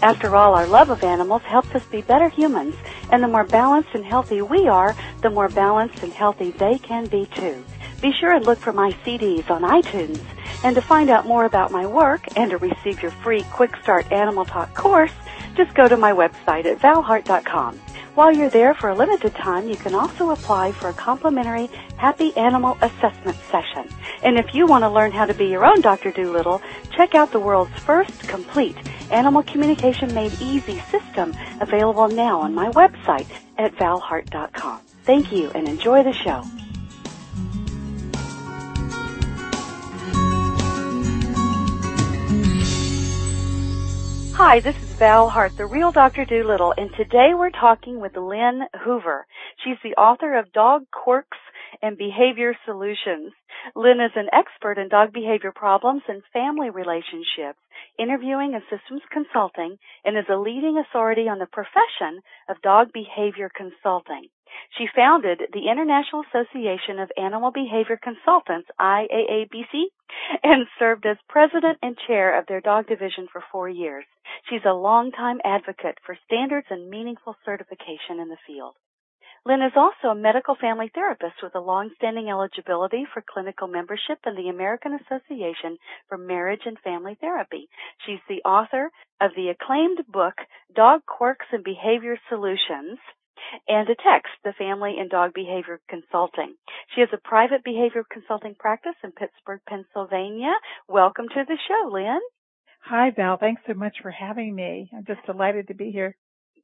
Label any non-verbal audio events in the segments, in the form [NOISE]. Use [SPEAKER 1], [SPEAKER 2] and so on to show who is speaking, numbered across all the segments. [SPEAKER 1] After all, our love of animals helps us be better humans, and the more balanced and healthy we are, the more balanced and healthy they can be too. Be sure and look for my CDs on iTunes. And to find out more about my work and to receive your free Quick Start Animal Talk course, just go to my website at valhart.com. While you're there for a limited time, you can also apply for a complimentary Happy Animal Assessment session. And if you want to learn how to be your own Dr. Doolittle, check out the world's first complete animal communication made easy system available now on my website at valhart.com. Thank you and enjoy the show. Hi, this is Val Hart, the real Dr. Doolittle, and today we're talking with Lynn Hoover. She's the author of Dog Quirks and Behavior Solutions. Lynn is an expert in dog behavior problems and family relationships, interviewing and systems consulting, and is a leading authority on the profession of dog behavior consulting. She founded the International Association of Animal Behavior Consultants, IAABC, and served as president and chair of their dog division for four years. She's a longtime advocate for standards and meaningful certification in the field. Lynn is also a medical family therapist with a long-standing eligibility for clinical membership in the American Association for Marriage and Family Therapy. She's the author of the acclaimed book, Dog Quirks and Behavior Solutions, and a text, The Family and Dog Behavior Consulting. She has a private behavior consulting practice in Pittsburgh, Pennsylvania. Welcome to the show, Lynn.
[SPEAKER 2] Hi, Val. Thanks so much for having me. I'm just delighted to be here.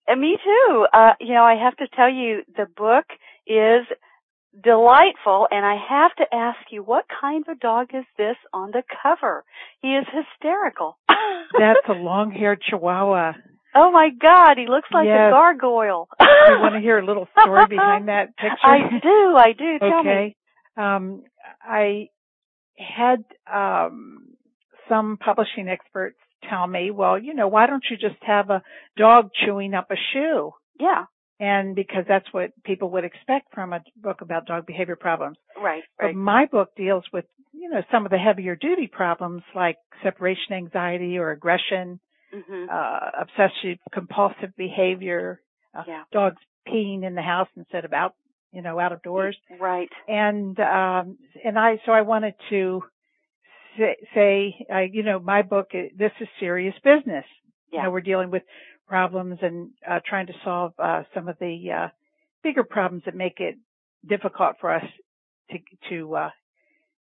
[SPEAKER 1] And me too. Uh, you know, I have to tell you, the book is delightful and I have to ask you, what kind of dog is this on the cover? He is hysterical. [LAUGHS]
[SPEAKER 2] That's a long-haired chihuahua.
[SPEAKER 1] Oh my God, he looks like
[SPEAKER 2] Yes.
[SPEAKER 1] a gargoyle.
[SPEAKER 2] you
[SPEAKER 1] [LAUGHS]
[SPEAKER 2] want to hear a little story behind that picture?
[SPEAKER 1] I do, I do. Tell me.
[SPEAKER 2] okay. Um, I had um, some publishing experts tell me, well, you know, why don't you just have a dog chewing up a shoe?
[SPEAKER 1] Yeah,
[SPEAKER 2] And because that's what people would expect from a book about dog behavior problems.
[SPEAKER 1] right,
[SPEAKER 2] But
[SPEAKER 1] right.
[SPEAKER 2] my book deals with, you know, some of the heavier duty problems like separation anxiety or aggression,
[SPEAKER 1] hmm
[SPEAKER 2] uh, obsessive compulsive behavior, uh,
[SPEAKER 1] Yeah.
[SPEAKER 2] dogs peeing in the house instead of out, you know, out of doors.
[SPEAKER 1] Right.
[SPEAKER 2] And, um, and I, so I wanted to say, say uh, you know, my book, uh, this is serious business. You
[SPEAKER 1] Yeah.
[SPEAKER 2] know, we're dealing with problems and, uh, trying to solve, uh, some of the, uh, bigger problems that make it difficult for us to, to, uh,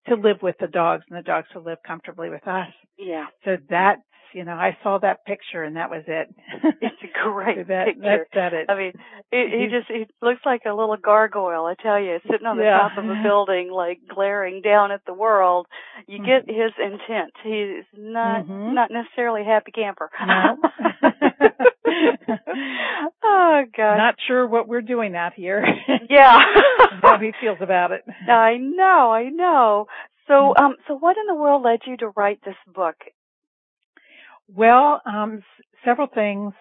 [SPEAKER 2] to live with the dogs and the dogs to live comfortably with us.
[SPEAKER 1] Yeah.
[SPEAKER 2] So that's, you know, I saw that picture and that was it. [LAUGHS]
[SPEAKER 1] It's a
[SPEAKER 2] So
[SPEAKER 1] great
[SPEAKER 2] that,
[SPEAKER 1] picture.
[SPEAKER 2] That's that it.
[SPEAKER 1] I mean, it, he
[SPEAKER 2] He's-
[SPEAKER 1] just he looks like a little gargoyle. I tell you, sitting on the
[SPEAKER 2] Yeah.
[SPEAKER 1] top of a building, like glaring down at the world.
[SPEAKER 2] Mm-hmm.
[SPEAKER 1] You get his intent. He's not
[SPEAKER 2] Mhm.
[SPEAKER 1] not necessarily a happy camper.
[SPEAKER 2] [LAUGHS]
[SPEAKER 1] [LAUGHS]
[SPEAKER 2] No.
[SPEAKER 1] oh gosh.
[SPEAKER 2] Uh,
[SPEAKER 1] [LAUGHS]
[SPEAKER 2] Not sure what we're doing out here.
[SPEAKER 1] yeah.
[SPEAKER 2] and [LAUGHS] how he feels about it.
[SPEAKER 1] [LAUGHS] I know. I know. So,
[SPEAKER 2] Mm-hmm.
[SPEAKER 1] um, so what in the world led you to write this book?
[SPEAKER 2] Well, um, s- several things.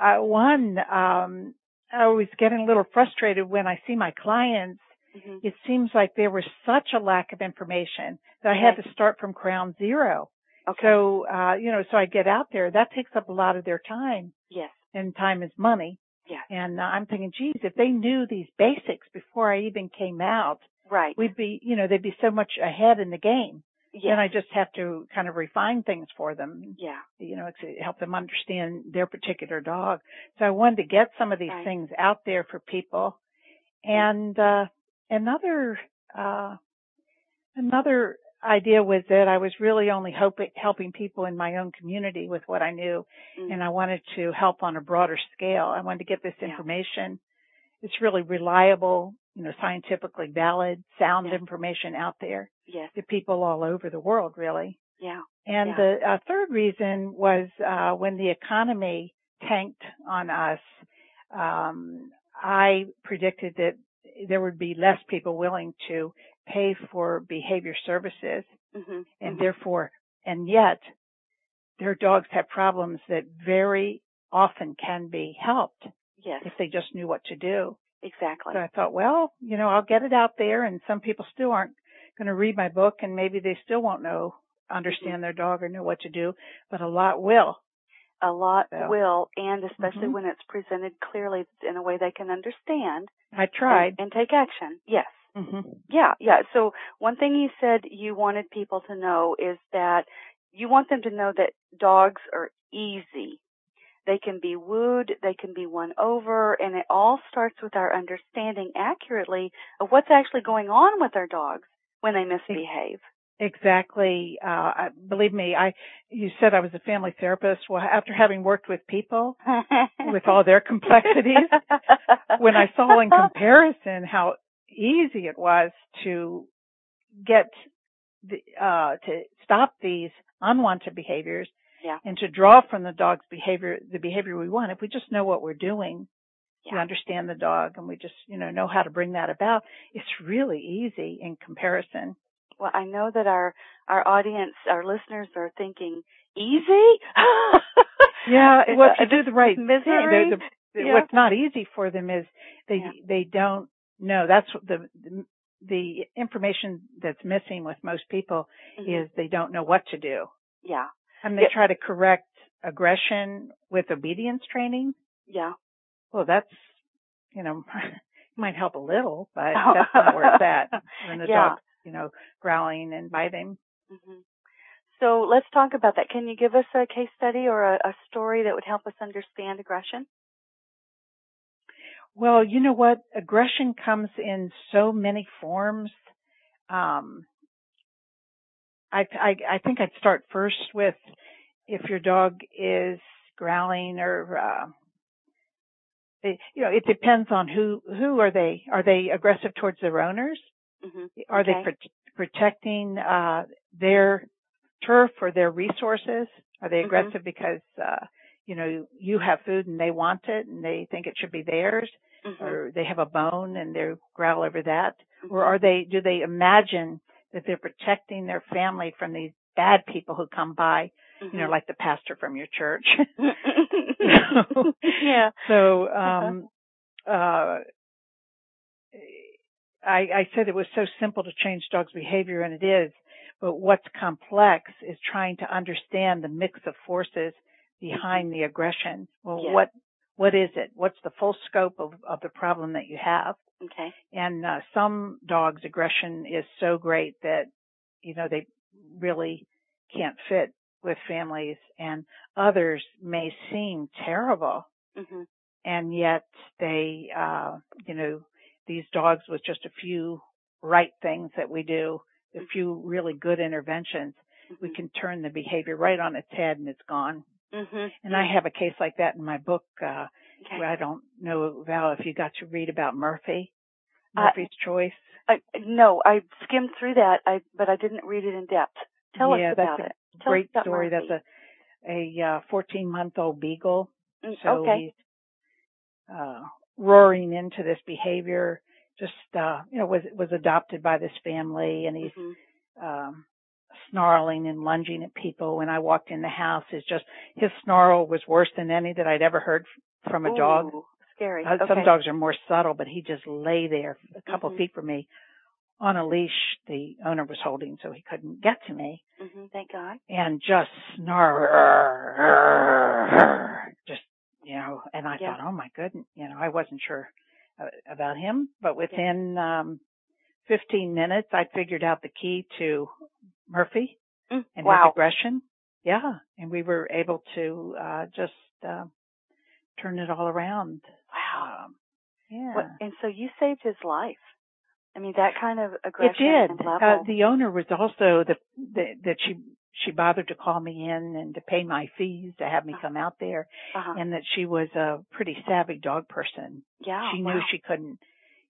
[SPEAKER 2] Uh, one, um, I was getting a little frustrated when I see my clients.
[SPEAKER 1] hmm
[SPEAKER 2] It seems like there was such a lack of information that I had
[SPEAKER 1] Right.
[SPEAKER 2] to start from ground zero.
[SPEAKER 1] Okay.
[SPEAKER 2] So, uh, you know, so I get out there. That takes up a lot of their time.
[SPEAKER 1] yes.
[SPEAKER 2] and time is money.
[SPEAKER 1] Yeah.
[SPEAKER 2] And uh, I'm thinking, geez, if they knew these basics before I even came out,
[SPEAKER 1] Right.
[SPEAKER 2] we'd be, you know, they'd be so much ahead in the game.
[SPEAKER 1] yes.
[SPEAKER 2] And I just have to kind of refine things for them,
[SPEAKER 1] yeah.
[SPEAKER 2] you know, to help them understand their particular dog. So I wanted to get some of these
[SPEAKER 1] Right.
[SPEAKER 2] things out there for people. And, uh, another, uh, another idea was that I was really only hoping, helping people in my own community with what I knew
[SPEAKER 1] Mm.
[SPEAKER 2] and I wanted to help on a broader scale. I wanted to get this
[SPEAKER 1] Yeah.
[SPEAKER 2] information. It's really reliable, you know, scientifically valid, sound
[SPEAKER 1] Yeah.
[SPEAKER 2] information out there
[SPEAKER 1] yes.
[SPEAKER 2] to people all over the world, really.
[SPEAKER 1] Yeah.
[SPEAKER 2] And
[SPEAKER 1] Yeah.
[SPEAKER 2] the uh, third reason was uh, when the economy tanked on us, um, I predicted that there would be less people willing to pay for behavior services
[SPEAKER 1] hmm
[SPEAKER 2] and therefore, and yet their dogs have problems that very often can be helped
[SPEAKER 1] Yes,
[SPEAKER 2] if they just knew what to do.
[SPEAKER 1] exactly.
[SPEAKER 2] So I thought, well, you know, I'll get it out there and some people still aren't going to read my book and maybe they still won't know, understand their dog or know what to do, but a lot will.
[SPEAKER 1] A lot
[SPEAKER 2] So-
[SPEAKER 1] will, and especially
[SPEAKER 2] Mhm.
[SPEAKER 1] when it's presented clearly in a way they can understand
[SPEAKER 2] I
[SPEAKER 1] and,
[SPEAKER 2] tried.
[SPEAKER 1] and take action. Yes.
[SPEAKER 2] Mm-hmm.
[SPEAKER 1] Yeah, yeah. So one thing you said you wanted people to know is that you want them to know that dogs are easy. They can be wooed, they can be won over, and it all starts with our understanding accurately of what's actually going on with our dogs when they misbehave.
[SPEAKER 2] Exactly. Uh, I- believe me, I, you said I was a family therapist. Well, after having worked with people with all
[SPEAKER 1] [LAUGHS]
[SPEAKER 2] their complexities, when I saw in comparison how easy it was to get the, uh, to stop these unwanted behaviors
[SPEAKER 1] Yeah.
[SPEAKER 2] and to draw from the dog's behavior, the behavior we want. If we just know what we're doing, we
[SPEAKER 1] Yeah.
[SPEAKER 2] understand the dog and we just, you know, know how to bring that about. It's really easy in comparison.
[SPEAKER 1] Well, I know that our our audience, our listeners, are thinking easy. [LAUGHS]
[SPEAKER 2] Yeah,
[SPEAKER 1] uh, It's
[SPEAKER 2] well,
[SPEAKER 1] a-
[SPEAKER 2] if you do the right
[SPEAKER 1] misery.
[SPEAKER 2] thing, the- the-
[SPEAKER 1] Yeah.
[SPEAKER 2] what's not easy for them is they
[SPEAKER 1] Yeah.
[SPEAKER 2] they don't know. That's what the the- the information that's missing with most people
[SPEAKER 1] Mhm.
[SPEAKER 2] is they don't know what to do.
[SPEAKER 1] yeah,
[SPEAKER 2] I mean, they
[SPEAKER 1] Yeah.
[SPEAKER 2] try to correct aggression with obedience training.
[SPEAKER 1] yeah.
[SPEAKER 2] Well, that's you know [LAUGHS] might help a little, but that's not where it's at.
[SPEAKER 1] [LAUGHS]
[SPEAKER 2] When the
[SPEAKER 1] Yeah.
[SPEAKER 2] dog, you know, growling and biting.
[SPEAKER 1] hmm So let's talk about that. Can you give us a case study or a, a story that would help us understand aggression?
[SPEAKER 2] Well, you know what? Aggression comes in so many forms. Um, I, I, I think I'd start first with if your dog is growling or, uh, it, you know, it depends on who, who are they? Are they aggressive towards their owners?
[SPEAKER 1] hmm
[SPEAKER 2] Are
[SPEAKER 1] Okay.
[SPEAKER 2] they pro- protecting, uh, their turf or their resources? Are they
[SPEAKER 1] Mhm.
[SPEAKER 2] aggressive because, uh, you know, you have food and they want it and they think it should be theirs?
[SPEAKER 1] hmm
[SPEAKER 2] or they have a bone and they growl over that? Or are they, do they imagine that they're protecting their family from these bad people who come by,
[SPEAKER 1] mm-hmm,
[SPEAKER 2] you know, like the pastor from your church? [LAUGHS]
[SPEAKER 1] yeah. Uh-huh.
[SPEAKER 2] so, um, uh, I, I said it was so simple to change dogs' behavior and it is, but what's complex is trying to understand the mix of forces behind the aggression. Well,
[SPEAKER 1] Mm-hmm. Yeah.
[SPEAKER 2] what, what is it? What's the full scope of, of the problem that you have?
[SPEAKER 1] [LAUGHS] Okay.
[SPEAKER 2] and uh, some dogs aggression is so great that you know they really can't fit with families and others may seem terrible
[SPEAKER 1] hmm
[SPEAKER 2] and yet they uh you know these dogs with just a few right things that we do a few really good interventions [LAUGHS]
[SPEAKER 1] mm-hmm,
[SPEAKER 2] we can turn the behavior right on its head and it's gone
[SPEAKER 1] hmm
[SPEAKER 2] and i have a case like that in my book uh
[SPEAKER 1] Okay.
[SPEAKER 2] where i don't know val if you got to read about murphy
[SPEAKER 1] Uh,
[SPEAKER 2] murphy's choice
[SPEAKER 1] I, no, I skimmed through that, I, but I didn't read it in depth. Tell
[SPEAKER 2] Yeah,
[SPEAKER 1] us
[SPEAKER 2] that's
[SPEAKER 1] about
[SPEAKER 2] a
[SPEAKER 1] it. Tell us
[SPEAKER 2] great
[SPEAKER 1] about
[SPEAKER 2] story.
[SPEAKER 1] Murphy.
[SPEAKER 2] That's a a 14 month old beagle.
[SPEAKER 1] Mm,
[SPEAKER 2] So
[SPEAKER 1] okay.
[SPEAKER 2] he's uh, roaring into this behavior. Just uh, you know, was was adopted by this family, and he's
[SPEAKER 1] hmm
[SPEAKER 2] um, snarling and lunging at people. When I walked in the house, it's just his snarl was worse than any that I'd ever heard f- from a dog.
[SPEAKER 1] Ooh, Scary.
[SPEAKER 2] Uh,
[SPEAKER 1] okay.
[SPEAKER 2] Some dogs are more subtle, but he just lay there a couple
[SPEAKER 1] Mhm.
[SPEAKER 2] feet from me on a leash the owner was holding, so he couldn't get to me
[SPEAKER 1] hmm Thank God.
[SPEAKER 2] and just snarl, just you know. And I
[SPEAKER 1] Yeah.
[SPEAKER 2] thought, oh my goodness, you know, I wasn't sure uh, about him, but within um 15 minutes, I figured out the key to Murphy
[SPEAKER 1] Mm,
[SPEAKER 2] and his
[SPEAKER 1] wow.
[SPEAKER 2] aggression. Yeah, and we were able to uh just uh, turn it all around.
[SPEAKER 1] Wow.
[SPEAKER 2] Um, yeah.
[SPEAKER 1] What, and so you saved his life. I mean, that kind of
[SPEAKER 2] It
[SPEAKER 1] aggression
[SPEAKER 2] did.
[SPEAKER 1] and
[SPEAKER 2] Uh,
[SPEAKER 1] level.
[SPEAKER 2] the owner was also the, the that she she bothered to call me in and to pay my fees to have me come out there,
[SPEAKER 1] uh-huh.
[SPEAKER 2] and that she was a pretty savvy dog person.
[SPEAKER 1] yeah.
[SPEAKER 2] she
[SPEAKER 1] Oh, wow.
[SPEAKER 2] knew she couldn't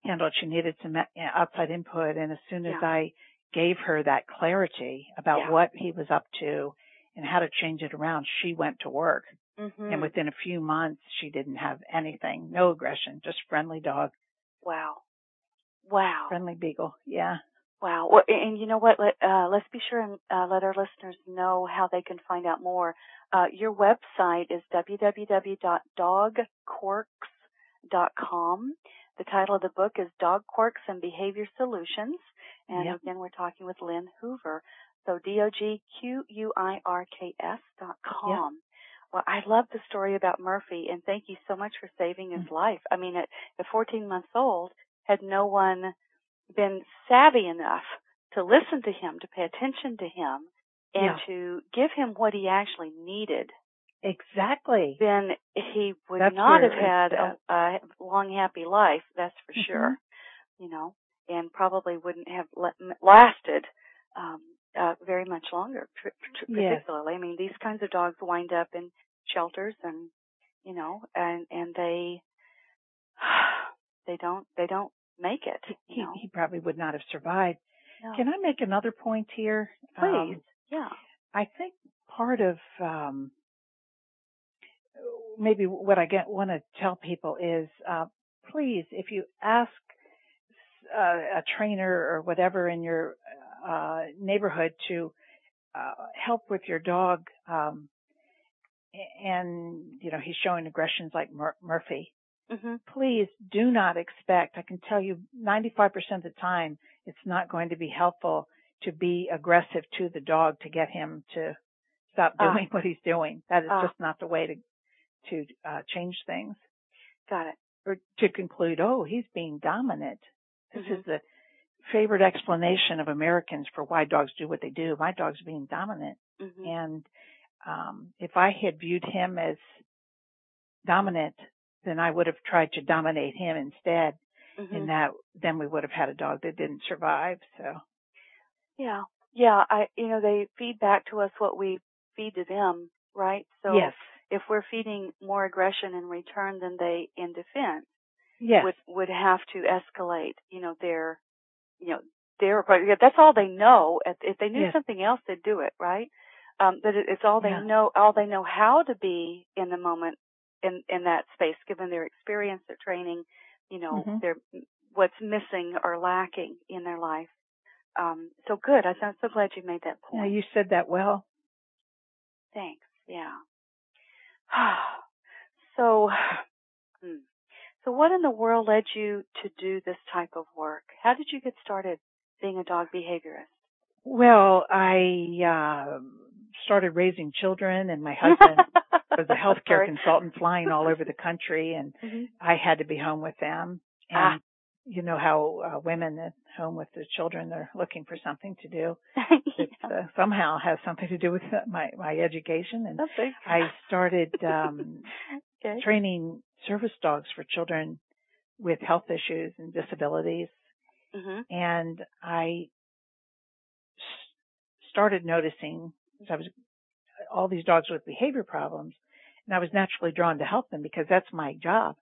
[SPEAKER 2] handle it. She needed some uh, outside input, and as soon as
[SPEAKER 1] Yeah.
[SPEAKER 2] I gave her that clarity about
[SPEAKER 1] Yeah.
[SPEAKER 2] what he was up to and how to change it around, she went to work.
[SPEAKER 1] Mm-hmm.
[SPEAKER 2] And within a few months, she didn't have anything, no aggression, just friendly dog,
[SPEAKER 1] wow. Wow.
[SPEAKER 2] friendly beagle. Yeah.
[SPEAKER 1] Wow. Well, and and you know what? Let, uh, let's be sure and uh, let our listeners know how they can find out more. Uh, your website is www.dogquirks.com. The title of the book is Dog Quirks and Behavior Solutions. And
[SPEAKER 2] Yep.
[SPEAKER 1] again, we're talking with Lynn Hoover. So D-O-G-Q-U-I-R-K-S dot com. Well, I love the story about Murphy and thank you so much for saving his life. I mean, at, at 14 months old, had no one been savvy enough to listen to him, to pay attention to him, and
[SPEAKER 2] Yeah.
[SPEAKER 1] to give him what he actually needed,
[SPEAKER 2] Exactly.
[SPEAKER 1] then he would
[SPEAKER 2] That's
[SPEAKER 1] not have
[SPEAKER 2] where
[SPEAKER 1] had
[SPEAKER 2] it's
[SPEAKER 1] a, a long, happy life. That's for
[SPEAKER 2] Mhm.
[SPEAKER 1] sure. You know, and probably wouldn't have le- m- lasted um, uh, very much longer. Tr- tr-
[SPEAKER 2] Yes.
[SPEAKER 1] particularly, I mean, these kinds of dogs wind up in shelters, and you know, and and they [SIGHS] they don't they don't make it. You
[SPEAKER 2] He,
[SPEAKER 1] know?
[SPEAKER 2] he probably would not have survived.
[SPEAKER 1] No.
[SPEAKER 2] Can I make another point here?
[SPEAKER 1] Please.
[SPEAKER 2] Um,
[SPEAKER 1] yeah.
[SPEAKER 2] I think part of um, maybe what I get want to tell people is, uh, please, if you ask uh, a trainer or whatever in your uh, neighborhood to uh, help with your dog, um, and you know he's showing aggressions like Mur- Murphy,
[SPEAKER 1] Mhm.
[SPEAKER 2] please do not expect. I can tell you 95% of the time it's not going to be helpful to be aggressive to the dog to get him to stop
[SPEAKER 1] Ah.
[SPEAKER 2] doing [LAUGHS] what he's doing. That is
[SPEAKER 1] Ah.
[SPEAKER 2] just not the way to to uh, change things
[SPEAKER 1] Got it.
[SPEAKER 2] or to conclude, oh, he's being dominant. This
[SPEAKER 1] Mhm.
[SPEAKER 2] is the favorite explanation of Americans for why dogs do what they do. My dog's being dominant.
[SPEAKER 1] Mhm.
[SPEAKER 2] And um, if I had viewed him as dominant, then I would have tried to dominate him instead
[SPEAKER 1] Mhm.
[SPEAKER 2] and that then we would have had a dog that didn't survive. So
[SPEAKER 1] Yeah. Yeah. I, you know, they feed back to us what we feed to them, right? So
[SPEAKER 2] yes,
[SPEAKER 1] if we're feeding more aggression in return than they in defense
[SPEAKER 2] yes,
[SPEAKER 1] would, would have to escalate, you know, their, you know, their, but yeah, that's all they know. If- If they knew
[SPEAKER 2] Yes.
[SPEAKER 1] something else, they'd do it, right? Um, but it, it's all they
[SPEAKER 2] Yeah.
[SPEAKER 1] know, all they know how to be in the moment in, in that space, given their experience, their training, you know,
[SPEAKER 2] Mhm.
[SPEAKER 1] their, what's missing or lacking in their life um, so good. I, I'm so glad you made that
[SPEAKER 2] Now,
[SPEAKER 1] point.
[SPEAKER 2] you said that well.
[SPEAKER 1] Thanks. Yeah. [SIGHS] so, [SIGHS] hmm. so what in the world led you to do this type of work? How did you get started being a dog behaviorist?
[SPEAKER 2] Well, I uh, started raising children, and my husband
[SPEAKER 1] [LAUGHS]
[SPEAKER 2] was a healthcare
[SPEAKER 1] Sorry.
[SPEAKER 2] consultant flying all over
[SPEAKER 1] [LAUGHS]
[SPEAKER 2] the country, and
[SPEAKER 1] Mhm.
[SPEAKER 2] I had to be home with them. And
[SPEAKER 1] Ah.
[SPEAKER 2] you know how uh, women at home with their children, they're looking for something to do. It
[SPEAKER 1] Yeah,
[SPEAKER 2] uh, somehow has something to do with uh, my my education,
[SPEAKER 1] [LAUGHS]
[SPEAKER 2] and
[SPEAKER 1] that's big.
[SPEAKER 2] I started um,
[SPEAKER 1] Oh, okay.
[SPEAKER 2] training service dogs for children with health issues and disabilities.
[SPEAKER 1] hmm
[SPEAKER 2] And I s- started noticing so I was all these dogs with behavior problems, and I was naturally drawn to help them because that's my job.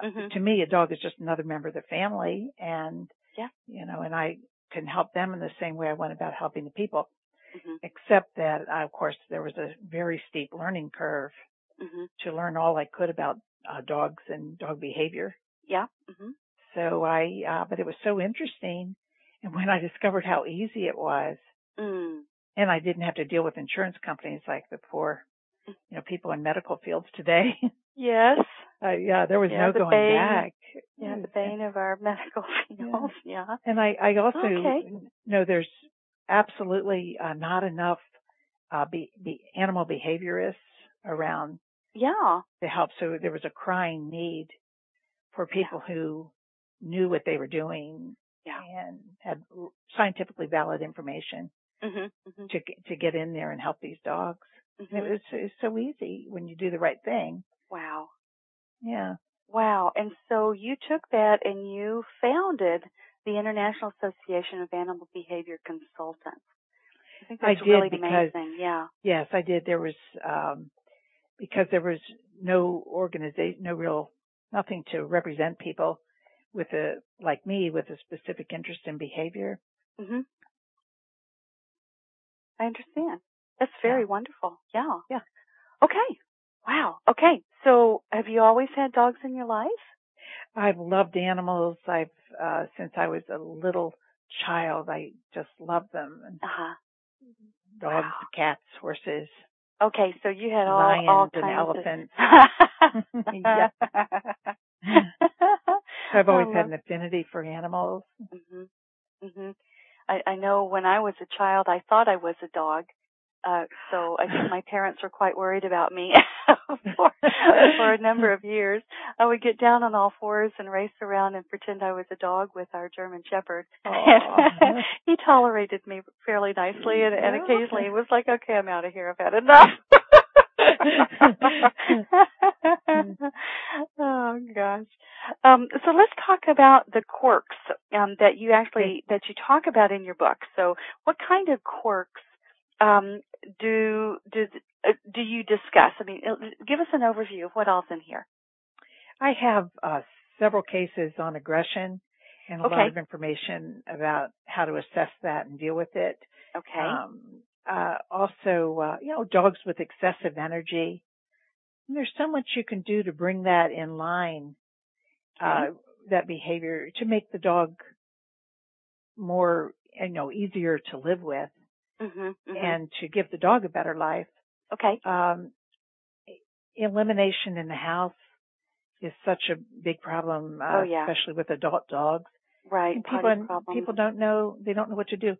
[SPEAKER 2] Uh,
[SPEAKER 1] Mhm.
[SPEAKER 2] To me, a dog is just another member of the family, and
[SPEAKER 1] Yeah.
[SPEAKER 2] you know, and I can help them in the same way I went about helping the people.
[SPEAKER 1] Mhm.
[SPEAKER 2] Except that, uh, of course, there was a very steep learning curve
[SPEAKER 1] Mhm.
[SPEAKER 2] to learn all I could about uh, dogs and dog behavior.
[SPEAKER 1] Yeah. Mhm.
[SPEAKER 2] So I, uh, but it was so interesting. And when I discovered how easy it was,
[SPEAKER 1] Mm.
[SPEAKER 2] and I didn't have to deal with insurance companies like the poor,
[SPEAKER 1] Mm.
[SPEAKER 2] you know, people in medical fields today, [LAUGHS]
[SPEAKER 1] Yes.
[SPEAKER 2] uh, yeah, there was
[SPEAKER 1] Yeah,
[SPEAKER 2] no
[SPEAKER 1] the
[SPEAKER 2] going
[SPEAKER 1] bane.
[SPEAKER 2] back. Mm,
[SPEAKER 1] Mm, Yeah, Mm. the bane of our [LAUGHS] medical field. Yeah.
[SPEAKER 2] And I, I also
[SPEAKER 1] Okay.
[SPEAKER 2] know there's absolutely uh, not enough uh, be, be animal behaviorists around
[SPEAKER 1] Yeah.
[SPEAKER 2] to help. So there was a crying need for people who knew what they were doing
[SPEAKER 1] Yeah.
[SPEAKER 2] and had scientifically valid information
[SPEAKER 1] Mhm. Mhm.
[SPEAKER 2] to g- to get in there and help these dogs. And
[SPEAKER 1] Mhm.
[SPEAKER 2] it was it's so easy when you do the right thing.
[SPEAKER 1] Wow.
[SPEAKER 2] Yeah.
[SPEAKER 1] Wow. And so you took that and you founded the International Association of Animal Behavior Consultants. I think
[SPEAKER 2] I
[SPEAKER 1] that's
[SPEAKER 2] did
[SPEAKER 1] really
[SPEAKER 2] because-
[SPEAKER 1] amazing. Yeah.
[SPEAKER 2] Yes, I did. There was um because there was no organization, no real nothing to represent people with a like me with a specific interest in behavior.
[SPEAKER 1] hmm I understand. That's very
[SPEAKER 2] Yeah.
[SPEAKER 1] wonderful. Yeah.
[SPEAKER 2] Yeah.
[SPEAKER 1] Okay. Wow. Okay. So have you always had dogs in your life?
[SPEAKER 2] I've loved animals. I've uh, since I was a little child. I just loved them. And
[SPEAKER 1] Uh huh.
[SPEAKER 2] dogs,
[SPEAKER 1] Wow.
[SPEAKER 2] cats,
[SPEAKER 1] [LAUGHS]
[SPEAKER 2] horses,
[SPEAKER 1] Okay. So you had all,
[SPEAKER 2] lions,
[SPEAKER 1] all
[SPEAKER 2] and
[SPEAKER 1] kinds
[SPEAKER 2] elephants.
[SPEAKER 1] [LAUGHS] of.
[SPEAKER 2] [LAUGHS] yeah, I've always had an affinity for animals.
[SPEAKER 1] hmm hmm I, I know when I was a child, I thought I was a dog. Uh, so I
[SPEAKER 2] [LAUGHS]
[SPEAKER 1] think my parents were quite worried about me [LAUGHS] for, for a number of years. I would get down on all fours and race around and pretend I was a dog with our German Shepherd. [LAUGHS]
[SPEAKER 2] Aw. [LAUGHS]
[SPEAKER 1] he tolerated me fairly nicely and, and
[SPEAKER 2] Yeah.
[SPEAKER 1] occasionally he was like, okay, I'm out of here. I've had
[SPEAKER 2] [LAUGHS]
[SPEAKER 1] enough. [LAUGHS] oh gosh. Um, so let's talk about the quirks um, that you actually that you talk about in your book. So what kind of quirks um, do do uh, do you discuss? I mean, uh, give us an overview of what all's in here.
[SPEAKER 2] I have uh, several cases on aggression and a
[SPEAKER 1] Okay.
[SPEAKER 2] lot of information about how to assess that and deal with it.
[SPEAKER 1] Okay.
[SPEAKER 2] Um, uh, also, uh, you know, dogs with excessive energy. And there's so much you can do to bring that in line, uh, that behavior to make the dog more, you know, easier to live with
[SPEAKER 1] mm-hmm,
[SPEAKER 2] and to give the dog a better life.
[SPEAKER 1] okay.
[SPEAKER 2] Um, elimination in the house is such a big problem, uh,
[SPEAKER 1] Oh, yeah.
[SPEAKER 2] especially with adult dogs.
[SPEAKER 1] Right.
[SPEAKER 2] And
[SPEAKER 1] potty
[SPEAKER 2] people
[SPEAKER 1] problem.
[SPEAKER 2] people don't know they don't know what to do.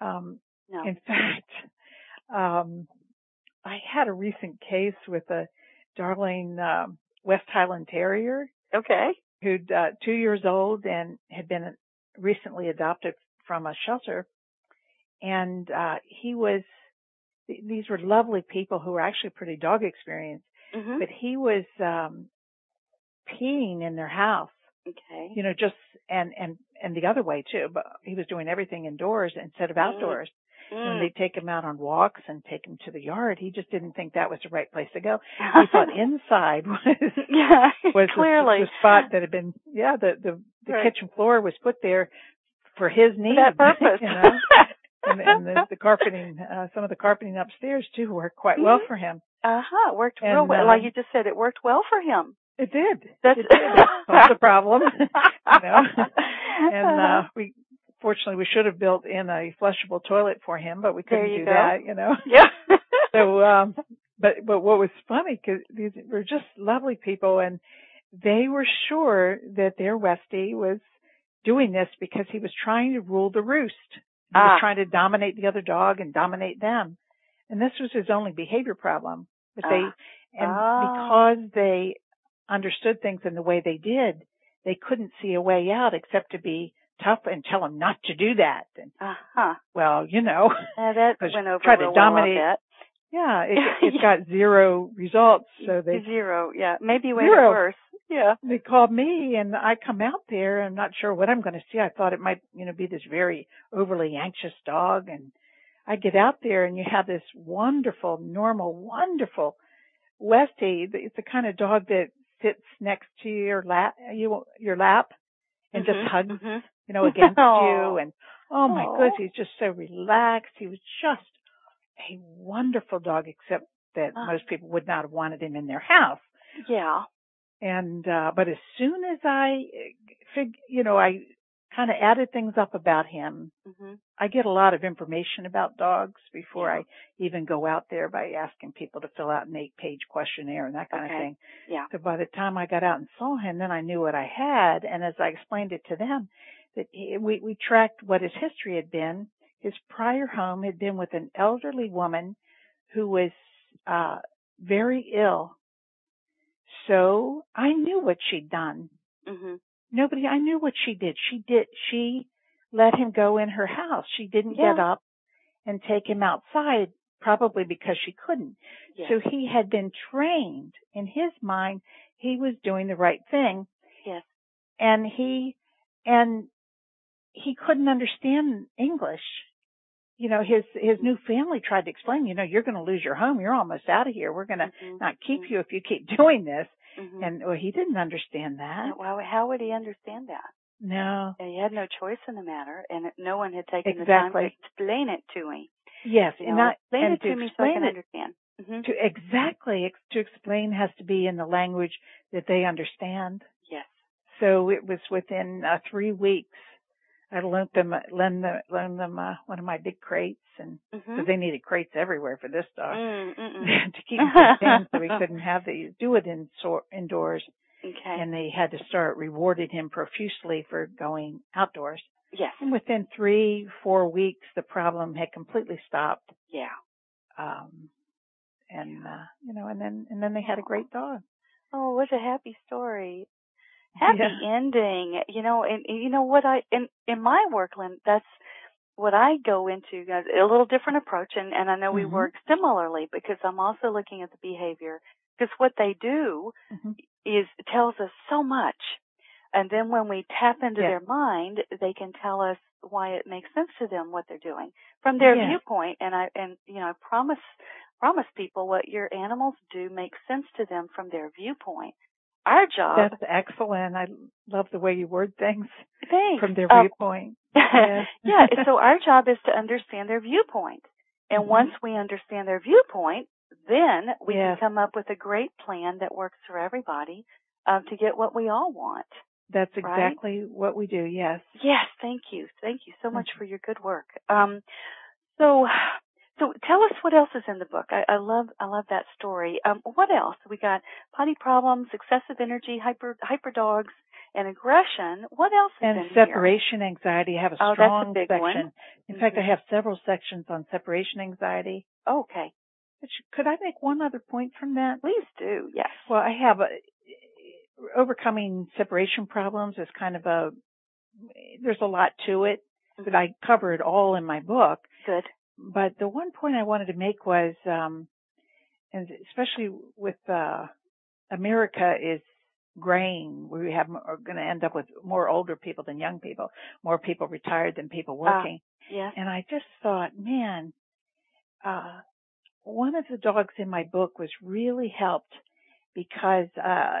[SPEAKER 2] Um,
[SPEAKER 1] no.
[SPEAKER 2] in fact, [LAUGHS] um, I had a recent case with a darling um, West Highland Terrier
[SPEAKER 1] okay.
[SPEAKER 2] who'd uh, two years old and had been recently adopted from a shelter, and uh, he was. th- These were lovely people who were actually pretty dog experienced,
[SPEAKER 1] hmm
[SPEAKER 2] but he was um, peeing in their house
[SPEAKER 1] Okay.
[SPEAKER 2] you know just and and and the other way too but he was doing everything indoors instead of outdoors And when
[SPEAKER 1] Mm.
[SPEAKER 2] they take him out on walks and take him to the yard he just didn't think that was the right place to go
[SPEAKER 1] Mm.
[SPEAKER 2] he
[SPEAKER 1] [LAUGHS]
[SPEAKER 2] thought inside was
[SPEAKER 1] yeah.
[SPEAKER 2] was the-
[SPEAKER 1] clearly
[SPEAKER 2] the, spot that had been yeah the the, the
[SPEAKER 1] Right.
[SPEAKER 2] kitchen floor was put there for his
[SPEAKER 1] [LAUGHS] for
[SPEAKER 2] needs
[SPEAKER 1] that purpose.
[SPEAKER 2] [LAUGHS] you know and, and the, the carpeting uh, some of the carpeting upstairs too worked quite well
[SPEAKER 1] Mhm.
[SPEAKER 2] for him
[SPEAKER 1] Uh huh. It worked real
[SPEAKER 2] And,
[SPEAKER 1] well.
[SPEAKER 2] um,
[SPEAKER 1] like you just said, it worked well for
[SPEAKER 2] [LAUGHS]
[SPEAKER 1] him.
[SPEAKER 2] it did
[SPEAKER 1] That's
[SPEAKER 2] it did solved the
[SPEAKER 1] [LAUGHS]
[SPEAKER 2] problem you know [LAUGHS] and uh
[SPEAKER 1] Uh-huh.
[SPEAKER 2] we fortunately we should have built in a flushable toilet for him but we
[SPEAKER 1] There
[SPEAKER 2] couldn't
[SPEAKER 1] you
[SPEAKER 2] do
[SPEAKER 1] go.
[SPEAKER 2] that you know
[SPEAKER 1] yeah.
[SPEAKER 2] so um but but what was funny because these were just lovely people and they were sure that their westie was doing this because he was trying to rule the roost he
[SPEAKER 1] Ah.
[SPEAKER 2] was trying to dominate the other dog and dominate them and this was his only behavior problem but they
[SPEAKER 1] Ah.
[SPEAKER 2] and
[SPEAKER 1] Ah.
[SPEAKER 2] because they understood things in the way they did they couldn't see a way out except to be tough and tell him not to do that and
[SPEAKER 1] Uh-huh.
[SPEAKER 2] well you know [LAUGHS]
[SPEAKER 1] Now that
[SPEAKER 2] 'Cause
[SPEAKER 1] went over
[SPEAKER 2] try to
[SPEAKER 1] real
[SPEAKER 2] dominate-
[SPEAKER 1] well.
[SPEAKER 2] yeah it, it got zero results so
[SPEAKER 1] I
[SPEAKER 2] they
[SPEAKER 1] bet. Zero. Yeah. Maybe way
[SPEAKER 2] Zero.
[SPEAKER 1] worse. Yeah.
[SPEAKER 2] they called me and I come out there. I'm not sure what I'm going to see. I thought it might, you know, be this very overly anxious dog. And I get out there and you have this wonderful, normal, wonderful Westie. It's the kind of dog that sits next to your lap, you, your lap and
[SPEAKER 1] Mhm,
[SPEAKER 2] just hugs,
[SPEAKER 1] mhm.
[SPEAKER 2] you know, against
[SPEAKER 1] Aw. [LAUGHS]
[SPEAKER 2] you. And oh my
[SPEAKER 1] Aw.
[SPEAKER 2] goodness, he's just so relaxed. He was just a wonderful dog, except that
[SPEAKER 1] Ah.
[SPEAKER 2] most people would not have wanted him in their house
[SPEAKER 1] Yeah.
[SPEAKER 2] and uh but as soon as i eh, fig you know i kind of added things up about him
[SPEAKER 1] Mhm.
[SPEAKER 2] i get a lot of information about dogs before
[SPEAKER 1] Yeah.
[SPEAKER 2] i even go out there by asking people to fill out an eight page questionnaire and that kind
[SPEAKER 1] Okay.
[SPEAKER 2] of thing
[SPEAKER 1] Yeah.
[SPEAKER 2] so by the time i got out and saw him then i knew what i had and as i explained it to them that he, we we tracked what his history had been his prior home had been with an elderly woman who was uh very ill so I knew what she'd done.
[SPEAKER 1] Mhm.
[SPEAKER 2] Nobody, I knew what she did. She did, she let him go in her house. She didn't get
[SPEAKER 1] Yeah.
[SPEAKER 2] up and take him outside, probably because she couldn't.
[SPEAKER 1] Yeah.
[SPEAKER 2] So he had been trained in his mind. He was doing the right thing
[SPEAKER 1] yes.
[SPEAKER 2] and he, and he couldn't understand English. You know, his, his new family tried to explain, you know, you're going to lose your home. You're almost out of here. We're going to
[SPEAKER 1] Mhm,
[SPEAKER 2] not keep
[SPEAKER 1] mhm,
[SPEAKER 2] you if you keep [LAUGHS] doing this.
[SPEAKER 1] mhm.
[SPEAKER 2] And well, he didn't understand that.
[SPEAKER 1] Now, How, Uh, how would he understand that?
[SPEAKER 2] No.
[SPEAKER 1] And he had no choice in the matter, and no one had taken the time
[SPEAKER 2] Exactly.
[SPEAKER 1] to explain it to me.
[SPEAKER 2] Yes,
[SPEAKER 1] You
[SPEAKER 2] and
[SPEAKER 1] know,
[SPEAKER 2] not
[SPEAKER 1] explain
[SPEAKER 2] and
[SPEAKER 1] it to me so I
[SPEAKER 2] explain
[SPEAKER 1] can
[SPEAKER 2] it
[SPEAKER 1] understand. hmm
[SPEAKER 2] To exactly ex- to explain has to be in the language that they understand.
[SPEAKER 1] Yes.
[SPEAKER 2] So it was within uh, three weeks. I loaned them, uh, lend them, loaned them uh, one of my big crates, and
[SPEAKER 1] hmm
[SPEAKER 2] because they needed crates everywhere for this dog
[SPEAKER 1] Mm,
[SPEAKER 2] [LAUGHS]
[SPEAKER 1] mm-mm.
[SPEAKER 2] to keep them contained, so we
[SPEAKER 1] [LAUGHS]
[SPEAKER 2] couldn't have these do it in sor- indoors.
[SPEAKER 1] okay.
[SPEAKER 2] And they had to start rewarding him profusely for going outdoors.
[SPEAKER 1] yes.
[SPEAKER 2] And within three, four weeks, the problem had completely stopped.
[SPEAKER 1] Yeah.
[SPEAKER 2] Um, and uh, you know, and then and then they had a great dog.
[SPEAKER 1] Oh, what a happy story. Happy
[SPEAKER 2] Yeah.
[SPEAKER 1] ending. You know, and, and you know what I in in my work, Lynn, that's what I go into guys, a little different approach and and I know we
[SPEAKER 2] Mhm.
[SPEAKER 1] work similarly because I'm also looking at the behavior because what they do
[SPEAKER 2] Mhm.
[SPEAKER 1] is tells us so much. And then when we tap into
[SPEAKER 2] Yes.
[SPEAKER 1] their mind, they can tell us why it makes sense to them what they're doing from their
[SPEAKER 2] Yes.
[SPEAKER 1] viewpoint. And I and you know I promise promise people what your animals do makes sense to them from their viewpoint. Our job,
[SPEAKER 2] That's excellent. I love the way you word things
[SPEAKER 1] thanks.
[SPEAKER 2] from their
[SPEAKER 1] Uh, [LAUGHS]
[SPEAKER 2] viewpoint.
[SPEAKER 1] yeah.
[SPEAKER 2] Yeah.
[SPEAKER 1] So our job is to understand their viewpoint. And
[SPEAKER 2] Mhm.
[SPEAKER 1] once we understand their viewpoint, then we
[SPEAKER 2] Yes.
[SPEAKER 1] can come up with a great plan that works for everybody um, to get what we all want.
[SPEAKER 2] That's
[SPEAKER 1] Right?
[SPEAKER 2] exactly what we do. Yes.
[SPEAKER 1] Yes, thank you. Thank you so
[SPEAKER 2] Mm-hmm.
[SPEAKER 1] much for your good work. Um, so, so tell us what else is in the book. I, I love, I love that story. Um, what else? We got potty problems, excessive energy, hyper, hyper dogs, and aggression. What else is
[SPEAKER 2] And
[SPEAKER 1] in here?
[SPEAKER 2] separation anxiety. I have a Mm-hmm.
[SPEAKER 1] Oh, that's a
[SPEAKER 2] strong
[SPEAKER 1] big
[SPEAKER 2] section.
[SPEAKER 1] one.
[SPEAKER 2] In fact, I
[SPEAKER 1] Mhm.
[SPEAKER 2] have several sections on separation anxiety.
[SPEAKER 1] Okay,
[SPEAKER 2] But sh- Could I make one other point from that?
[SPEAKER 1] please do. Yes.
[SPEAKER 2] Well, I have a, overcoming separation problems is kind of a there's a lot to it, but I cover it all in my book.
[SPEAKER 1] Good.
[SPEAKER 2] But the one point I wanted to make was, um, and especially with uh, America is graying. We have are going to end up with more older people than young people, more people retired than people working.
[SPEAKER 1] Yes.
[SPEAKER 2] And I just thought, man, uh, one of the dogs in my book was really helped because uh, uh,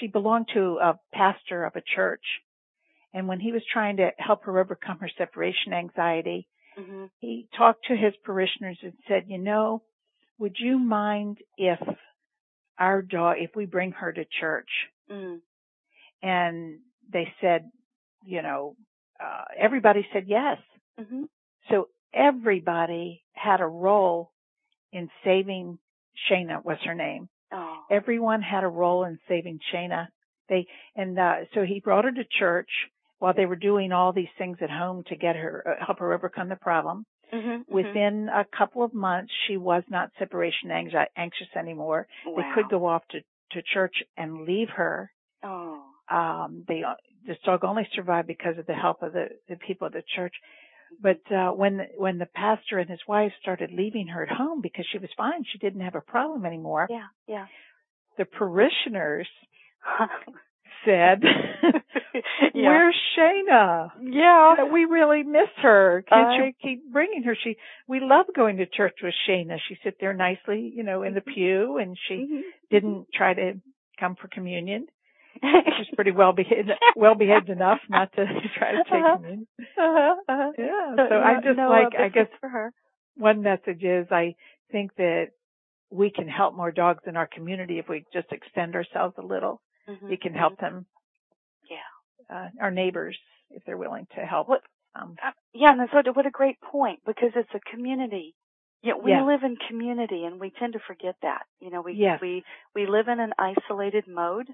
[SPEAKER 2] she belonged to a pastor of a church. And when he was trying to help her overcome her separation anxiety,
[SPEAKER 1] hmm
[SPEAKER 2] he talked to his parishioners and said, you know, would you mind if our dog, if we bring her to church?
[SPEAKER 1] Mm.
[SPEAKER 2] And they said, you know, uh, everybody said yes.
[SPEAKER 1] hmm
[SPEAKER 2] So everybody had a role in saving Shayna was her name.
[SPEAKER 1] Oh.
[SPEAKER 2] Everyone had a role in saving Shayna. They, and, uh, so he brought her to church while they were doing all these things at home to get her, uh, help her overcome the problem.
[SPEAKER 1] hmm
[SPEAKER 2] Within a couple of months, she was not separation anxi- anxious anymore. They could go off to, to church and leave her.
[SPEAKER 1] Oh.
[SPEAKER 2] Um, they, this dog only survived because of the help of the, the people at the church. But uh, when when the pastor and his wife started leaving her at home because she was fine, she didn't have a problem anymore.
[SPEAKER 1] Yeah.
[SPEAKER 2] [LAUGHS]
[SPEAKER 1] Yeah.
[SPEAKER 2] The parishioners
[SPEAKER 1] [LAUGHS]
[SPEAKER 2] said, [LAUGHS]
[SPEAKER 1] yeah.
[SPEAKER 2] "Where's Shayna?
[SPEAKER 1] Yeah.
[SPEAKER 2] That we really miss her. Can't
[SPEAKER 1] I-
[SPEAKER 2] you keep bringing her? She we love going to church with Shayna. She sit there nicely, you know, in
[SPEAKER 1] Mm-hmm.
[SPEAKER 2] the pew, and she
[SPEAKER 1] [LAUGHS]
[SPEAKER 2] didn't try to come for communion.
[SPEAKER 1] Mhm.
[SPEAKER 2] She's pretty
[SPEAKER 1] [LAUGHS]
[SPEAKER 2] well behaved, well behaved enough not to [LAUGHS] try to take
[SPEAKER 1] Uh-huh.
[SPEAKER 2] communion.
[SPEAKER 1] Uh-huh, uh-huh.
[SPEAKER 2] Yeah.
[SPEAKER 1] So,
[SPEAKER 2] So I
[SPEAKER 1] no-
[SPEAKER 2] just
[SPEAKER 1] no, uh,
[SPEAKER 2] like I
[SPEAKER 1] big
[SPEAKER 2] guess
[SPEAKER 1] tips for her.
[SPEAKER 2] one message is I think that we can help more dogs in our community if we just extend ourselves a little.
[SPEAKER 1] Mm-hmm.
[SPEAKER 2] We can help them,
[SPEAKER 1] Yeah.
[SPEAKER 2] uh, our neighbors, if they're willing to help.
[SPEAKER 1] What-
[SPEAKER 2] Um,
[SPEAKER 1] Yeah, and so what a great point because it's a community. Yeah, we
[SPEAKER 2] Yeah.
[SPEAKER 1] live in community, and we tend to forget that. You know, we
[SPEAKER 2] Yes.
[SPEAKER 1] we we live in an isolated mode.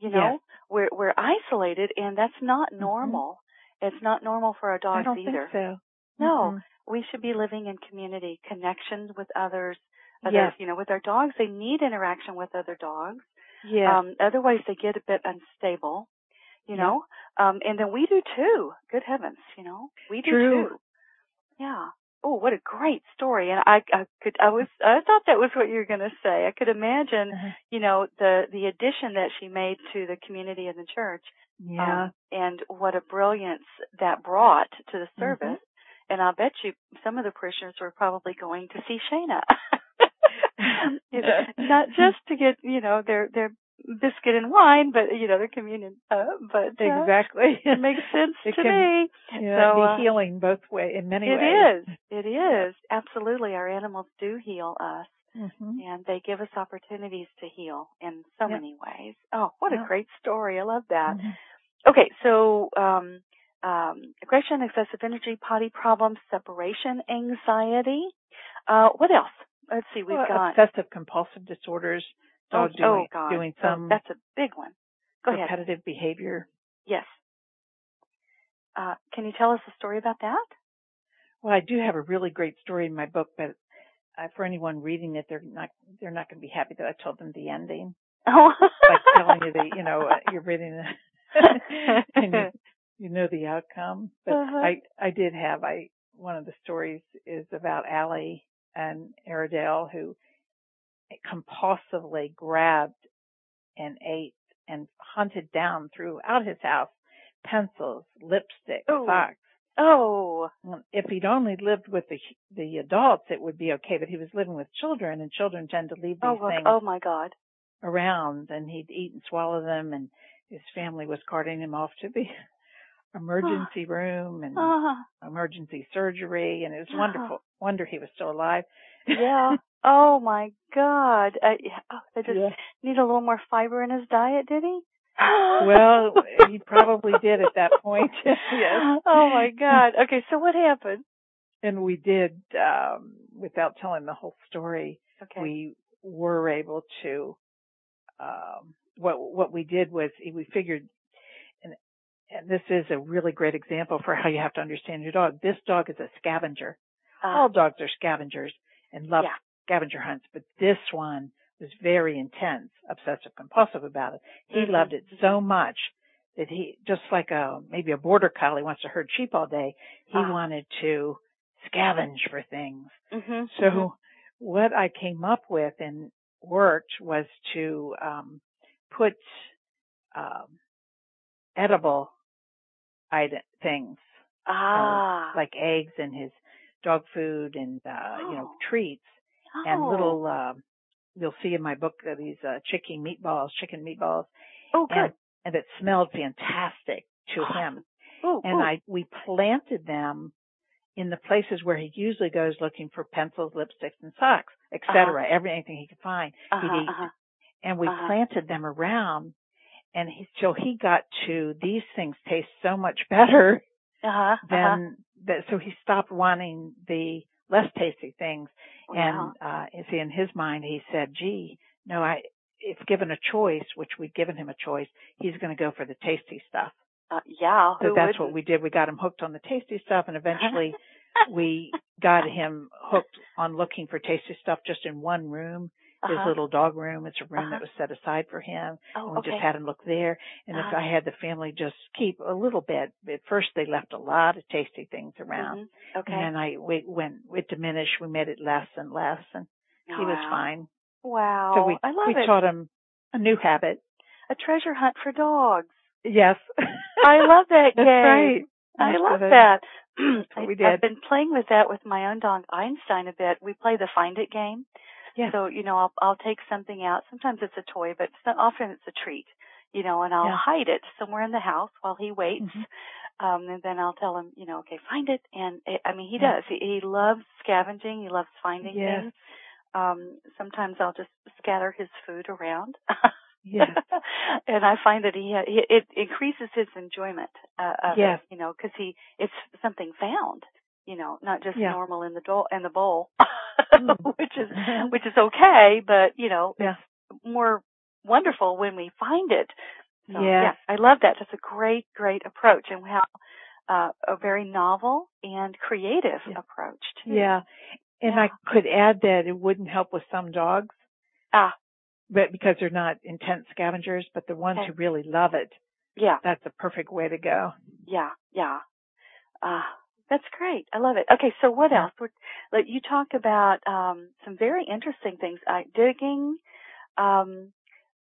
[SPEAKER 1] You
[SPEAKER 2] Yes.
[SPEAKER 1] know, we're we're isolated, and that's not
[SPEAKER 2] Mhm.
[SPEAKER 1] normal. It's not normal for our dogs
[SPEAKER 2] I don't
[SPEAKER 1] either.
[SPEAKER 2] think so.
[SPEAKER 1] No.
[SPEAKER 2] Mm-mm.
[SPEAKER 1] we should be living in community connections with others. others
[SPEAKER 2] Yes.
[SPEAKER 1] You know, with our dogs, they need interaction with other dogs.
[SPEAKER 2] Yes.
[SPEAKER 1] Um, otherwise, they get a bit unstable. You
[SPEAKER 2] Yeah.
[SPEAKER 1] know, um, and then we do too. Good heavens, you know, we do
[SPEAKER 2] True.
[SPEAKER 1] too. Yeah. Oh, what a great story! And I, I could, I was, I thought that was what you were going to say. I could imagine,
[SPEAKER 2] Uh-huh.
[SPEAKER 1] you know, the the addition that she made to the community and the church
[SPEAKER 2] yeah.
[SPEAKER 1] um, and what a brilliance that brought to the
[SPEAKER 2] Mm-hmm.
[SPEAKER 1] service. And I bet you some of the parishioners were probably going [LAUGHS]
[SPEAKER 2] [LAUGHS]
[SPEAKER 1] to see Shayna, You know, not just to get you know their their biscuit and wine, but you know, they're communion. Uh, but uh,
[SPEAKER 2] exactly.
[SPEAKER 1] it
[SPEAKER 2] [LAUGHS]
[SPEAKER 1] makes sense
[SPEAKER 2] It
[SPEAKER 1] to
[SPEAKER 2] can-
[SPEAKER 1] me.
[SPEAKER 2] Yeah,
[SPEAKER 1] So,
[SPEAKER 2] be
[SPEAKER 1] uh,
[SPEAKER 2] healing both way in many ways.
[SPEAKER 1] It is.
[SPEAKER 2] [LAUGHS]
[SPEAKER 1] It is. Absolutely. Our animals do heal us
[SPEAKER 2] hmm
[SPEAKER 1] and they give us opportunities to heal in so
[SPEAKER 2] Yeah.
[SPEAKER 1] many ways. Oh, what a
[SPEAKER 2] Yeah.
[SPEAKER 1] great story. I love that.
[SPEAKER 2] Mm-hmm.
[SPEAKER 1] Okay, so um, um, aggression, excessive energy, potty problems, separation anxiety. Uh, what else? Let's see. We've
[SPEAKER 2] Well,
[SPEAKER 1] got
[SPEAKER 2] obsessive compulsive disorders, dog
[SPEAKER 1] oh,
[SPEAKER 2] doing,
[SPEAKER 1] oh, God.
[SPEAKER 2] doing
[SPEAKER 1] Oh,
[SPEAKER 2] some
[SPEAKER 1] that's a big one. Go ahead.
[SPEAKER 2] repetitive behavior.
[SPEAKER 1] Yes. Uh, can you tell us a story about that?
[SPEAKER 2] Well, I do have a really great story in my book, but uh, for anyone reading it, they're not they're not going to be happy that I told them the ending.
[SPEAKER 1] Oh,
[SPEAKER 2] Like telling
[SPEAKER 1] [LAUGHS]
[SPEAKER 2] you that you know uh, you're reading the, [LAUGHS] and you, you know the outcome. But
[SPEAKER 1] Uh-huh.
[SPEAKER 2] I I did have I one of the stories is about Allie and Airedale who compulsively grabbed and ate and hunted down throughout his house pencils, lipstick,
[SPEAKER 1] Ooh.
[SPEAKER 2] socks.
[SPEAKER 1] oh,
[SPEAKER 2] Well, if he'd only lived with the the adults, it would be okay. But he was living with children, and children tend to leave
[SPEAKER 1] oh,
[SPEAKER 2] these
[SPEAKER 1] well,
[SPEAKER 2] things
[SPEAKER 1] oh my God.
[SPEAKER 2] around, and he'd eat and swallow them, and his family was carting him off to the [LAUGHS] emergency room and
[SPEAKER 1] Ah,
[SPEAKER 2] emergency surgery, and it was
[SPEAKER 1] Ah.
[SPEAKER 2] wonderful. Wonder he was still alive. [LAUGHS]
[SPEAKER 1] yeah. Oh my God. Uh, yeah. oh, I just [LAUGHS]
[SPEAKER 2] Yeah.
[SPEAKER 1] need a little more fiber in his diet, did he? [GASPS]
[SPEAKER 2] Well, he probably did at that point.
[SPEAKER 1] [LAUGHS]
[SPEAKER 2] [LAUGHS] yes.
[SPEAKER 1] Oh my God. Okay, so what happened?
[SPEAKER 2] And we did, um, without telling the whole story.
[SPEAKER 1] Okay.
[SPEAKER 2] we were able to um what what we did was eh, we figured and, and this is a really great example for how you have to understand your dog this dog is a scavenger
[SPEAKER 1] uh,
[SPEAKER 2] all dogs are scavengers and love
[SPEAKER 1] Yeah.
[SPEAKER 2] scavenger hunts but this one was very intense obsessive compulsive about it he
[SPEAKER 1] Mhm.
[SPEAKER 2] loved it so much that he just like a maybe a border collie wants to herd sheep all day he
[SPEAKER 1] Ah.
[SPEAKER 2] wanted to scavenge for things
[SPEAKER 1] mhm, mhm.
[SPEAKER 2] so uh, what I came up with and worked was to um, put um, edible item things
[SPEAKER 1] ah,
[SPEAKER 2] like eggs and his dog food and uh, you know
[SPEAKER 1] Oh.
[SPEAKER 2] treats and
[SPEAKER 1] Oh.
[SPEAKER 2] little. Um, you'll see in my book uh, these uh, chicken meatballs, chicken meatballs,
[SPEAKER 1] Oh, good.
[SPEAKER 2] and, and it smelled fantastic to him
[SPEAKER 1] Ooh,
[SPEAKER 2] and
[SPEAKER 1] ooh.
[SPEAKER 2] I we planted them in the places where he usually goes looking for pencils, lipsticks, and socks, etc. Every Everything he could find,
[SPEAKER 1] Uh-huh,
[SPEAKER 2] he'd eat.
[SPEAKER 1] uh-huh.
[SPEAKER 2] and we
[SPEAKER 1] Uh-huh.
[SPEAKER 2] planted them around, and he, till he got to these things taste so much better [LAUGHS]
[SPEAKER 1] Uh-huh,
[SPEAKER 2] than
[SPEAKER 1] uh-huh.
[SPEAKER 2] that. So he stopped wanting the less tasty things,
[SPEAKER 1] Wow.
[SPEAKER 2] and uh, you see, in his mind, he said, "Gee, no, I." If given a choice, which we'd given him a choice, he's going to go for the tasty stuff.
[SPEAKER 1] Uh, yeah.
[SPEAKER 2] So
[SPEAKER 1] who
[SPEAKER 2] that's what
[SPEAKER 1] wouldn't?
[SPEAKER 2] we did. We got him hooked on the tasty stuff
[SPEAKER 1] [LAUGHS]
[SPEAKER 2] and eventually we got him hooked on looking for tasty stuff just in one room, his
[SPEAKER 1] Uh-huh.
[SPEAKER 2] little dog room. It's a room
[SPEAKER 1] Uh-huh.
[SPEAKER 2] that was set aside for him.
[SPEAKER 1] Oh,
[SPEAKER 2] and we
[SPEAKER 1] okay.
[SPEAKER 2] just had him look there. And
[SPEAKER 1] Uh-huh.
[SPEAKER 2] if I had the family just keep a little bit, at first they left a lot of tasty things around.
[SPEAKER 1] Mhm, Okay.
[SPEAKER 2] And then I, we went, it diminished. We made it less and less and he was
[SPEAKER 1] Wow.
[SPEAKER 2] fine.
[SPEAKER 1] Wow.
[SPEAKER 2] So we,
[SPEAKER 1] I love
[SPEAKER 2] we
[SPEAKER 1] it.
[SPEAKER 2] taught him a new habit.
[SPEAKER 1] A treasure hunt for dogs.
[SPEAKER 2] [LAUGHS] Yes.
[SPEAKER 1] I love that
[SPEAKER 2] [LAUGHS] That's
[SPEAKER 1] game.
[SPEAKER 2] right.
[SPEAKER 1] I
[SPEAKER 2] That's
[SPEAKER 1] love
[SPEAKER 2] what I-
[SPEAKER 1] that. [CLEARS THROAT]
[SPEAKER 2] what we
[SPEAKER 1] I've
[SPEAKER 2] did.
[SPEAKER 1] been playing with that with my own dog Einstein a bit. We play the find it game.
[SPEAKER 2] Yes.
[SPEAKER 1] So you know, I'll I'll take something out. Sometimes it's a toy, but so often it's a treat. You know, and I'll
[SPEAKER 2] Yeah.
[SPEAKER 1] hide it somewhere in the house while he waits.
[SPEAKER 2] Mhm.
[SPEAKER 1] Um, and then I'll tell him, you know, okay, find it. And it, I mean, he
[SPEAKER 2] Yeah.
[SPEAKER 1] does. He, he loves scavenging. He loves finding
[SPEAKER 2] Yes.
[SPEAKER 1] things. Um, sometimes I'll just scatter his food around. [LAUGHS]
[SPEAKER 2] Yes.
[SPEAKER 1] and I find that he, ha- he it increases his enjoyment uh, of
[SPEAKER 2] Yes.
[SPEAKER 1] it, you know, because he it's something found, you know, not just
[SPEAKER 2] Yeah.
[SPEAKER 1] normal in the do- in the bowl,
[SPEAKER 2] Mm.
[SPEAKER 1] [LAUGHS] which is which is okay, but you know,
[SPEAKER 2] Yeah.
[SPEAKER 1] it's more wonderful when we find it. So,
[SPEAKER 2] Yes.
[SPEAKER 1] yeah, I love that. That's a great, great approach, and how uh, a very novel and creative
[SPEAKER 2] Yeah.
[SPEAKER 1] approach too.
[SPEAKER 2] Yeah. And I could add that it wouldn't help with some dogs,
[SPEAKER 1] Ah,
[SPEAKER 2] but because they're not intense scavengers, but the ones
[SPEAKER 1] Okay.
[SPEAKER 2] who really love it,
[SPEAKER 1] yeah.
[SPEAKER 2] that's the perfect way to go.
[SPEAKER 1] Yeah, yeah. Uh, that's great. I love it. Okay, so what
[SPEAKER 2] Yeah.
[SPEAKER 1] else? We're, like, you talked about um, some very interesting things: uh, digging, um,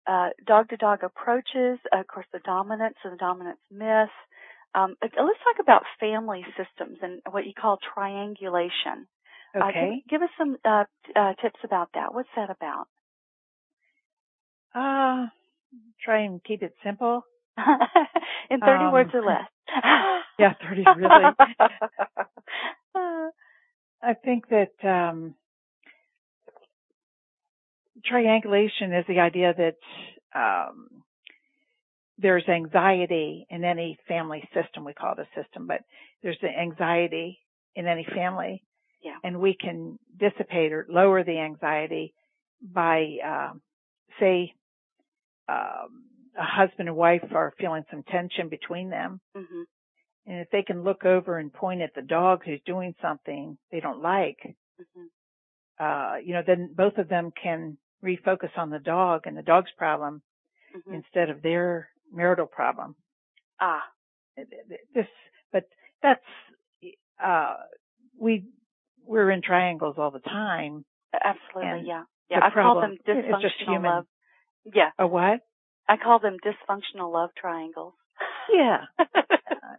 [SPEAKER 1] uh, dog-to-dog approaches, uh, of course, the dominance and the dominance myth. Um, but let's talk about family systems and what you call triangulation. Uh, give,
[SPEAKER 2] Okay.
[SPEAKER 1] give us some uh, t- uh, tips about that. What's that about?
[SPEAKER 2] Uh, try and keep it simple.
[SPEAKER 1] [LAUGHS] in 30
[SPEAKER 2] Um,
[SPEAKER 1] words or less.
[SPEAKER 2] [LAUGHS] Yeah, [LAUGHS] 30
[SPEAKER 1] [LAUGHS]
[SPEAKER 2] really. I think that um, triangulation is the idea that um, there's anxiety in any family system. We call it a system, but there's the anxiety in any family,
[SPEAKER 1] Yeah.
[SPEAKER 2] and we can dissipate or lower the anxiety by, um, say, um, a husband and wife are feeling some tension between them.
[SPEAKER 1] hmm
[SPEAKER 2] And if they can look over and point at the dog who's doing something they don't like,
[SPEAKER 1] hmm
[SPEAKER 2] uh, you know, then both of them can refocus on the dog and the dog's problem
[SPEAKER 1] hmm
[SPEAKER 2] instead of their marital problem.
[SPEAKER 1] Ah,
[SPEAKER 2] This, but that's, uh, we, we're in triangles all the time.
[SPEAKER 1] absolutely,
[SPEAKER 2] And
[SPEAKER 1] yeah. Yeah,
[SPEAKER 2] the
[SPEAKER 1] I call them
[SPEAKER 2] problem- it's just
[SPEAKER 1] dysfunctional
[SPEAKER 2] human.
[SPEAKER 1] love. Yeah,
[SPEAKER 2] A what?
[SPEAKER 1] I call them dysfunctional love triangles.
[SPEAKER 2] Yeah. Uh,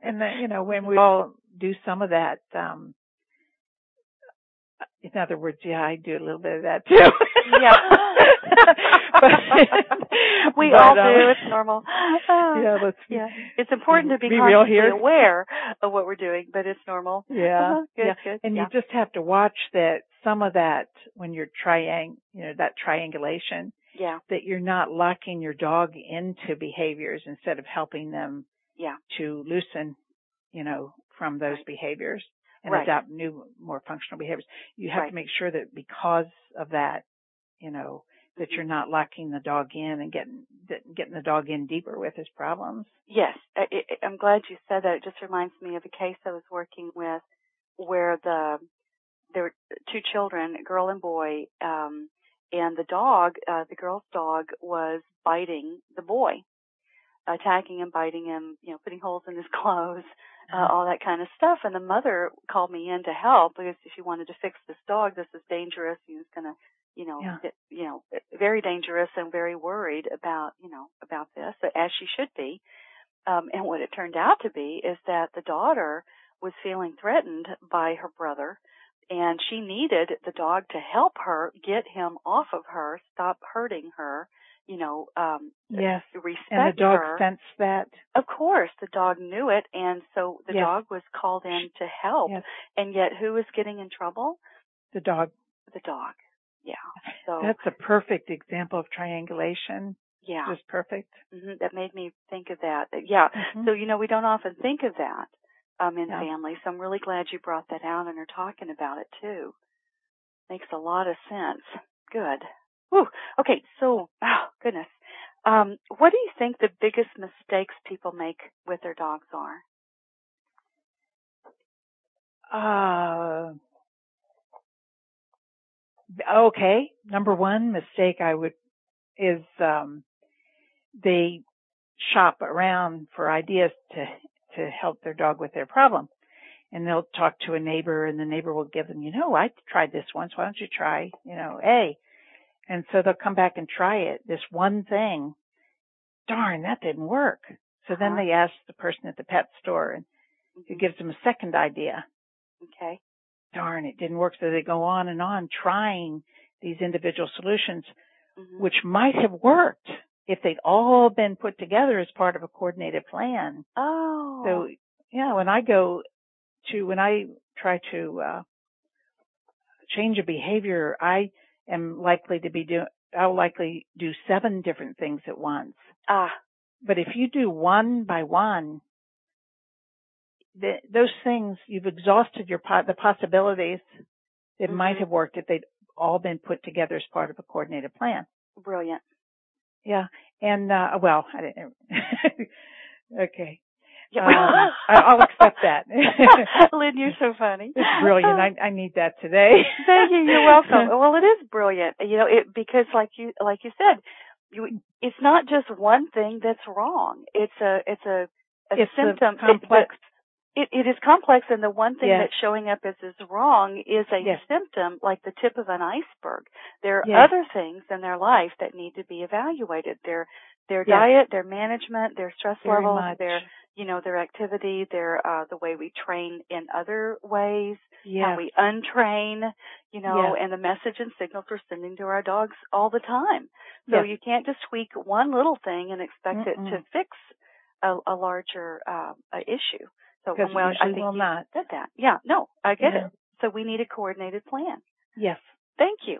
[SPEAKER 2] and that, you know, when we all do some of that, um, in other words, yeah, I do a little bit of that too.
[SPEAKER 1] [LAUGHS] Yeah.
[SPEAKER 2] [LAUGHS] But-
[SPEAKER 1] [LAUGHS] we
[SPEAKER 2] but,
[SPEAKER 1] all
[SPEAKER 2] um,
[SPEAKER 1] do. It's normal.
[SPEAKER 2] Yeah, let's
[SPEAKER 1] [LAUGHS] yeah. It's important to be,
[SPEAKER 2] be real
[SPEAKER 1] constantly
[SPEAKER 2] here.
[SPEAKER 1] aware of what we're doing, but it's normal.
[SPEAKER 2] yeah,
[SPEAKER 1] Uh-huh. Good,
[SPEAKER 2] yeah.
[SPEAKER 1] good.
[SPEAKER 2] And
[SPEAKER 1] yeah.
[SPEAKER 2] you just have to watch that some of that when you're triang, you know, that triangulation
[SPEAKER 1] yeah.
[SPEAKER 2] that you're not locking your dog into behaviors instead of helping them
[SPEAKER 1] Yeah.
[SPEAKER 2] to loosen, you know, from those
[SPEAKER 1] Right.
[SPEAKER 2] behaviors and
[SPEAKER 1] Right.
[SPEAKER 2] adopt new, more functional behaviors. You have
[SPEAKER 1] Right.
[SPEAKER 2] to make sure that because of that, you know, that
[SPEAKER 1] Mm-hmm.
[SPEAKER 2] you're not locking the dog in and getting that- getting the dog in deeper with his problems.
[SPEAKER 1] Yes, I, I- I'm glad you said that. It just reminds me of a case I was working with where the there were two children, a girl and boy, um, and the dog, uh, the girl's dog, was biting the boy, attacking him, biting him, you know, putting holes in his [LAUGHS] clothes, uh,
[SPEAKER 2] Um,
[SPEAKER 1] all that kind of stuff. And the mother called me in to help because she wanted to fix this dog. This is dangerous. He was gonna, you know,
[SPEAKER 2] Yeah.
[SPEAKER 1] get, you know, eh, very dangerous and very worried about, you know, about this, as she should be. Um, and what it turned out to be is that the daughter was feeling threatened by her brother, and she needed the dog to help her get him off of her, stop hurting her, you know, um,
[SPEAKER 2] Yes.
[SPEAKER 1] respect
[SPEAKER 2] And the dog
[SPEAKER 1] her.
[SPEAKER 2] sensed that.
[SPEAKER 1] Of course, the dog knew it, and so the
[SPEAKER 2] Yes.
[SPEAKER 1] dog was called in to help.
[SPEAKER 2] Yes.
[SPEAKER 1] And yet, who was getting in trouble?
[SPEAKER 2] The dog.
[SPEAKER 1] The dog. Yeah. So
[SPEAKER 2] That's a perfect example of triangulation.
[SPEAKER 1] yeah,
[SPEAKER 2] Just perfect.
[SPEAKER 1] hmm that made me think of that. Yeah. [LAUGHS]
[SPEAKER 2] Mhm.
[SPEAKER 1] So you know, we don't often think of that um, in
[SPEAKER 2] Yeah.
[SPEAKER 1] families. So I'm really glad you brought that out and are talking about it too. Makes a lot of sense. Good. Whew. Okay. So, oh, goodness. Um, what do you think the biggest mistakes people make with their dogs are?
[SPEAKER 2] Uh, okay. Number one mistake I would is um, they shop around for ideas to to help their dog with their problem, and they'll talk to a neighbor, and the neighbor will give them, you know, I tried this once. Why don't you try, you know, a? And so they'll come back and try it. This one thing, darn, that didn't work. So then
[SPEAKER 1] Uh-huh. Mm.
[SPEAKER 2] they ask the person at the pet store, and who gives them a second idea
[SPEAKER 1] Okay.
[SPEAKER 2] darn, it didn't work. So they go on and on trying these individual solutions,
[SPEAKER 1] Mhm.
[SPEAKER 2] which might have worked if they'd all been put together as part of a coordinated plan.
[SPEAKER 1] Oh.
[SPEAKER 2] So, yeah, when I go to, when I try to, uh, change a behavior, I am likely to be do, I'll likely do seven different things at once.
[SPEAKER 1] ah,
[SPEAKER 2] But if you do one by one, th those things you've exhausted your po- the possibilities that might
[SPEAKER 1] Mhm.
[SPEAKER 2] have worked if they'd all been put together as part of a coordinated plan.
[SPEAKER 1] brilliant.
[SPEAKER 2] Yeah, and uh, well, I didn't. [LAUGHS] okay,
[SPEAKER 1] Yeah.
[SPEAKER 2] Um, I- I'll accept that.
[SPEAKER 1] [LAUGHS]
[SPEAKER 2] [LAUGHS]
[SPEAKER 1] Lynn, you're so funny.
[SPEAKER 2] it's brilliant. I, I need that today.
[SPEAKER 1] [LAUGHS] Thank you.
[SPEAKER 2] [LAUGHS]
[SPEAKER 1] You're welcome. Well, it is brilliant. You know, it because like you like you said, you it's not just one thing that's wrong. It's a it's a, a
[SPEAKER 2] It's a
[SPEAKER 1] symptom. It-
[SPEAKER 2] complex-
[SPEAKER 1] It, it is complex, and the one thing
[SPEAKER 2] Yes.
[SPEAKER 1] that's showing up as is wrong is a
[SPEAKER 2] Yes.
[SPEAKER 1] symptom, like the tip of an iceberg. There are
[SPEAKER 2] Yes.
[SPEAKER 1] other things in their life that need to be evaluated. Their their
[SPEAKER 2] Yes.
[SPEAKER 1] diet, their management, their stress
[SPEAKER 2] Very
[SPEAKER 1] levels,
[SPEAKER 2] much.
[SPEAKER 1] their you know their activity their uh the way we train in other ways how we untrain, you know,
[SPEAKER 2] Yes.
[SPEAKER 1] and the message and signals we're sending to our dogs all the time. So
[SPEAKER 2] Yes.
[SPEAKER 1] you can't just tweak one little thing and expect it to
[SPEAKER 2] Mm-mm.
[SPEAKER 1] fix a, a larger uh, uh, issue. So,
[SPEAKER 2] because
[SPEAKER 1] well, I
[SPEAKER 2] we usually
[SPEAKER 1] think
[SPEAKER 2] will
[SPEAKER 1] you
[SPEAKER 2] not.
[SPEAKER 1] said that. Yeah, no, I get
[SPEAKER 2] Yeah.
[SPEAKER 1] it. So we need a coordinated plan.
[SPEAKER 2] Yes.
[SPEAKER 1] Thank you.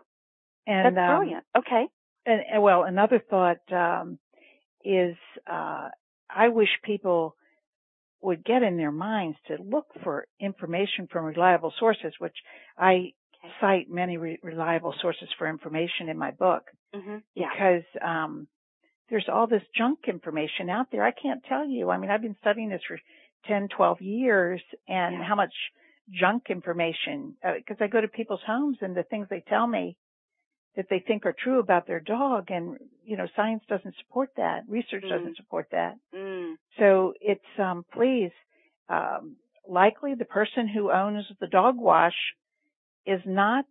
[SPEAKER 2] And
[SPEAKER 1] That's
[SPEAKER 2] um,
[SPEAKER 1] brilliant. Okay.
[SPEAKER 2] And, and well, another thought um, is uh, I wish people would get in their minds to look for information from reliable sources, which I cite many re- reliable sources for information in my book
[SPEAKER 1] hmm Yeah.
[SPEAKER 2] because um, there's all this junk information out there. I can't tell you. I mean, I've been studying this for 10, 12 years and
[SPEAKER 1] Yeah.
[SPEAKER 2] how much junk information, because I go to people's homes and the things they tell me that they think are true about their dog and, you know, science doesn't support that. Research
[SPEAKER 1] Mm.
[SPEAKER 2] doesn't support that.
[SPEAKER 1] Mm.
[SPEAKER 2] So it's, um, please, um, likely the person who owns the dog wash is not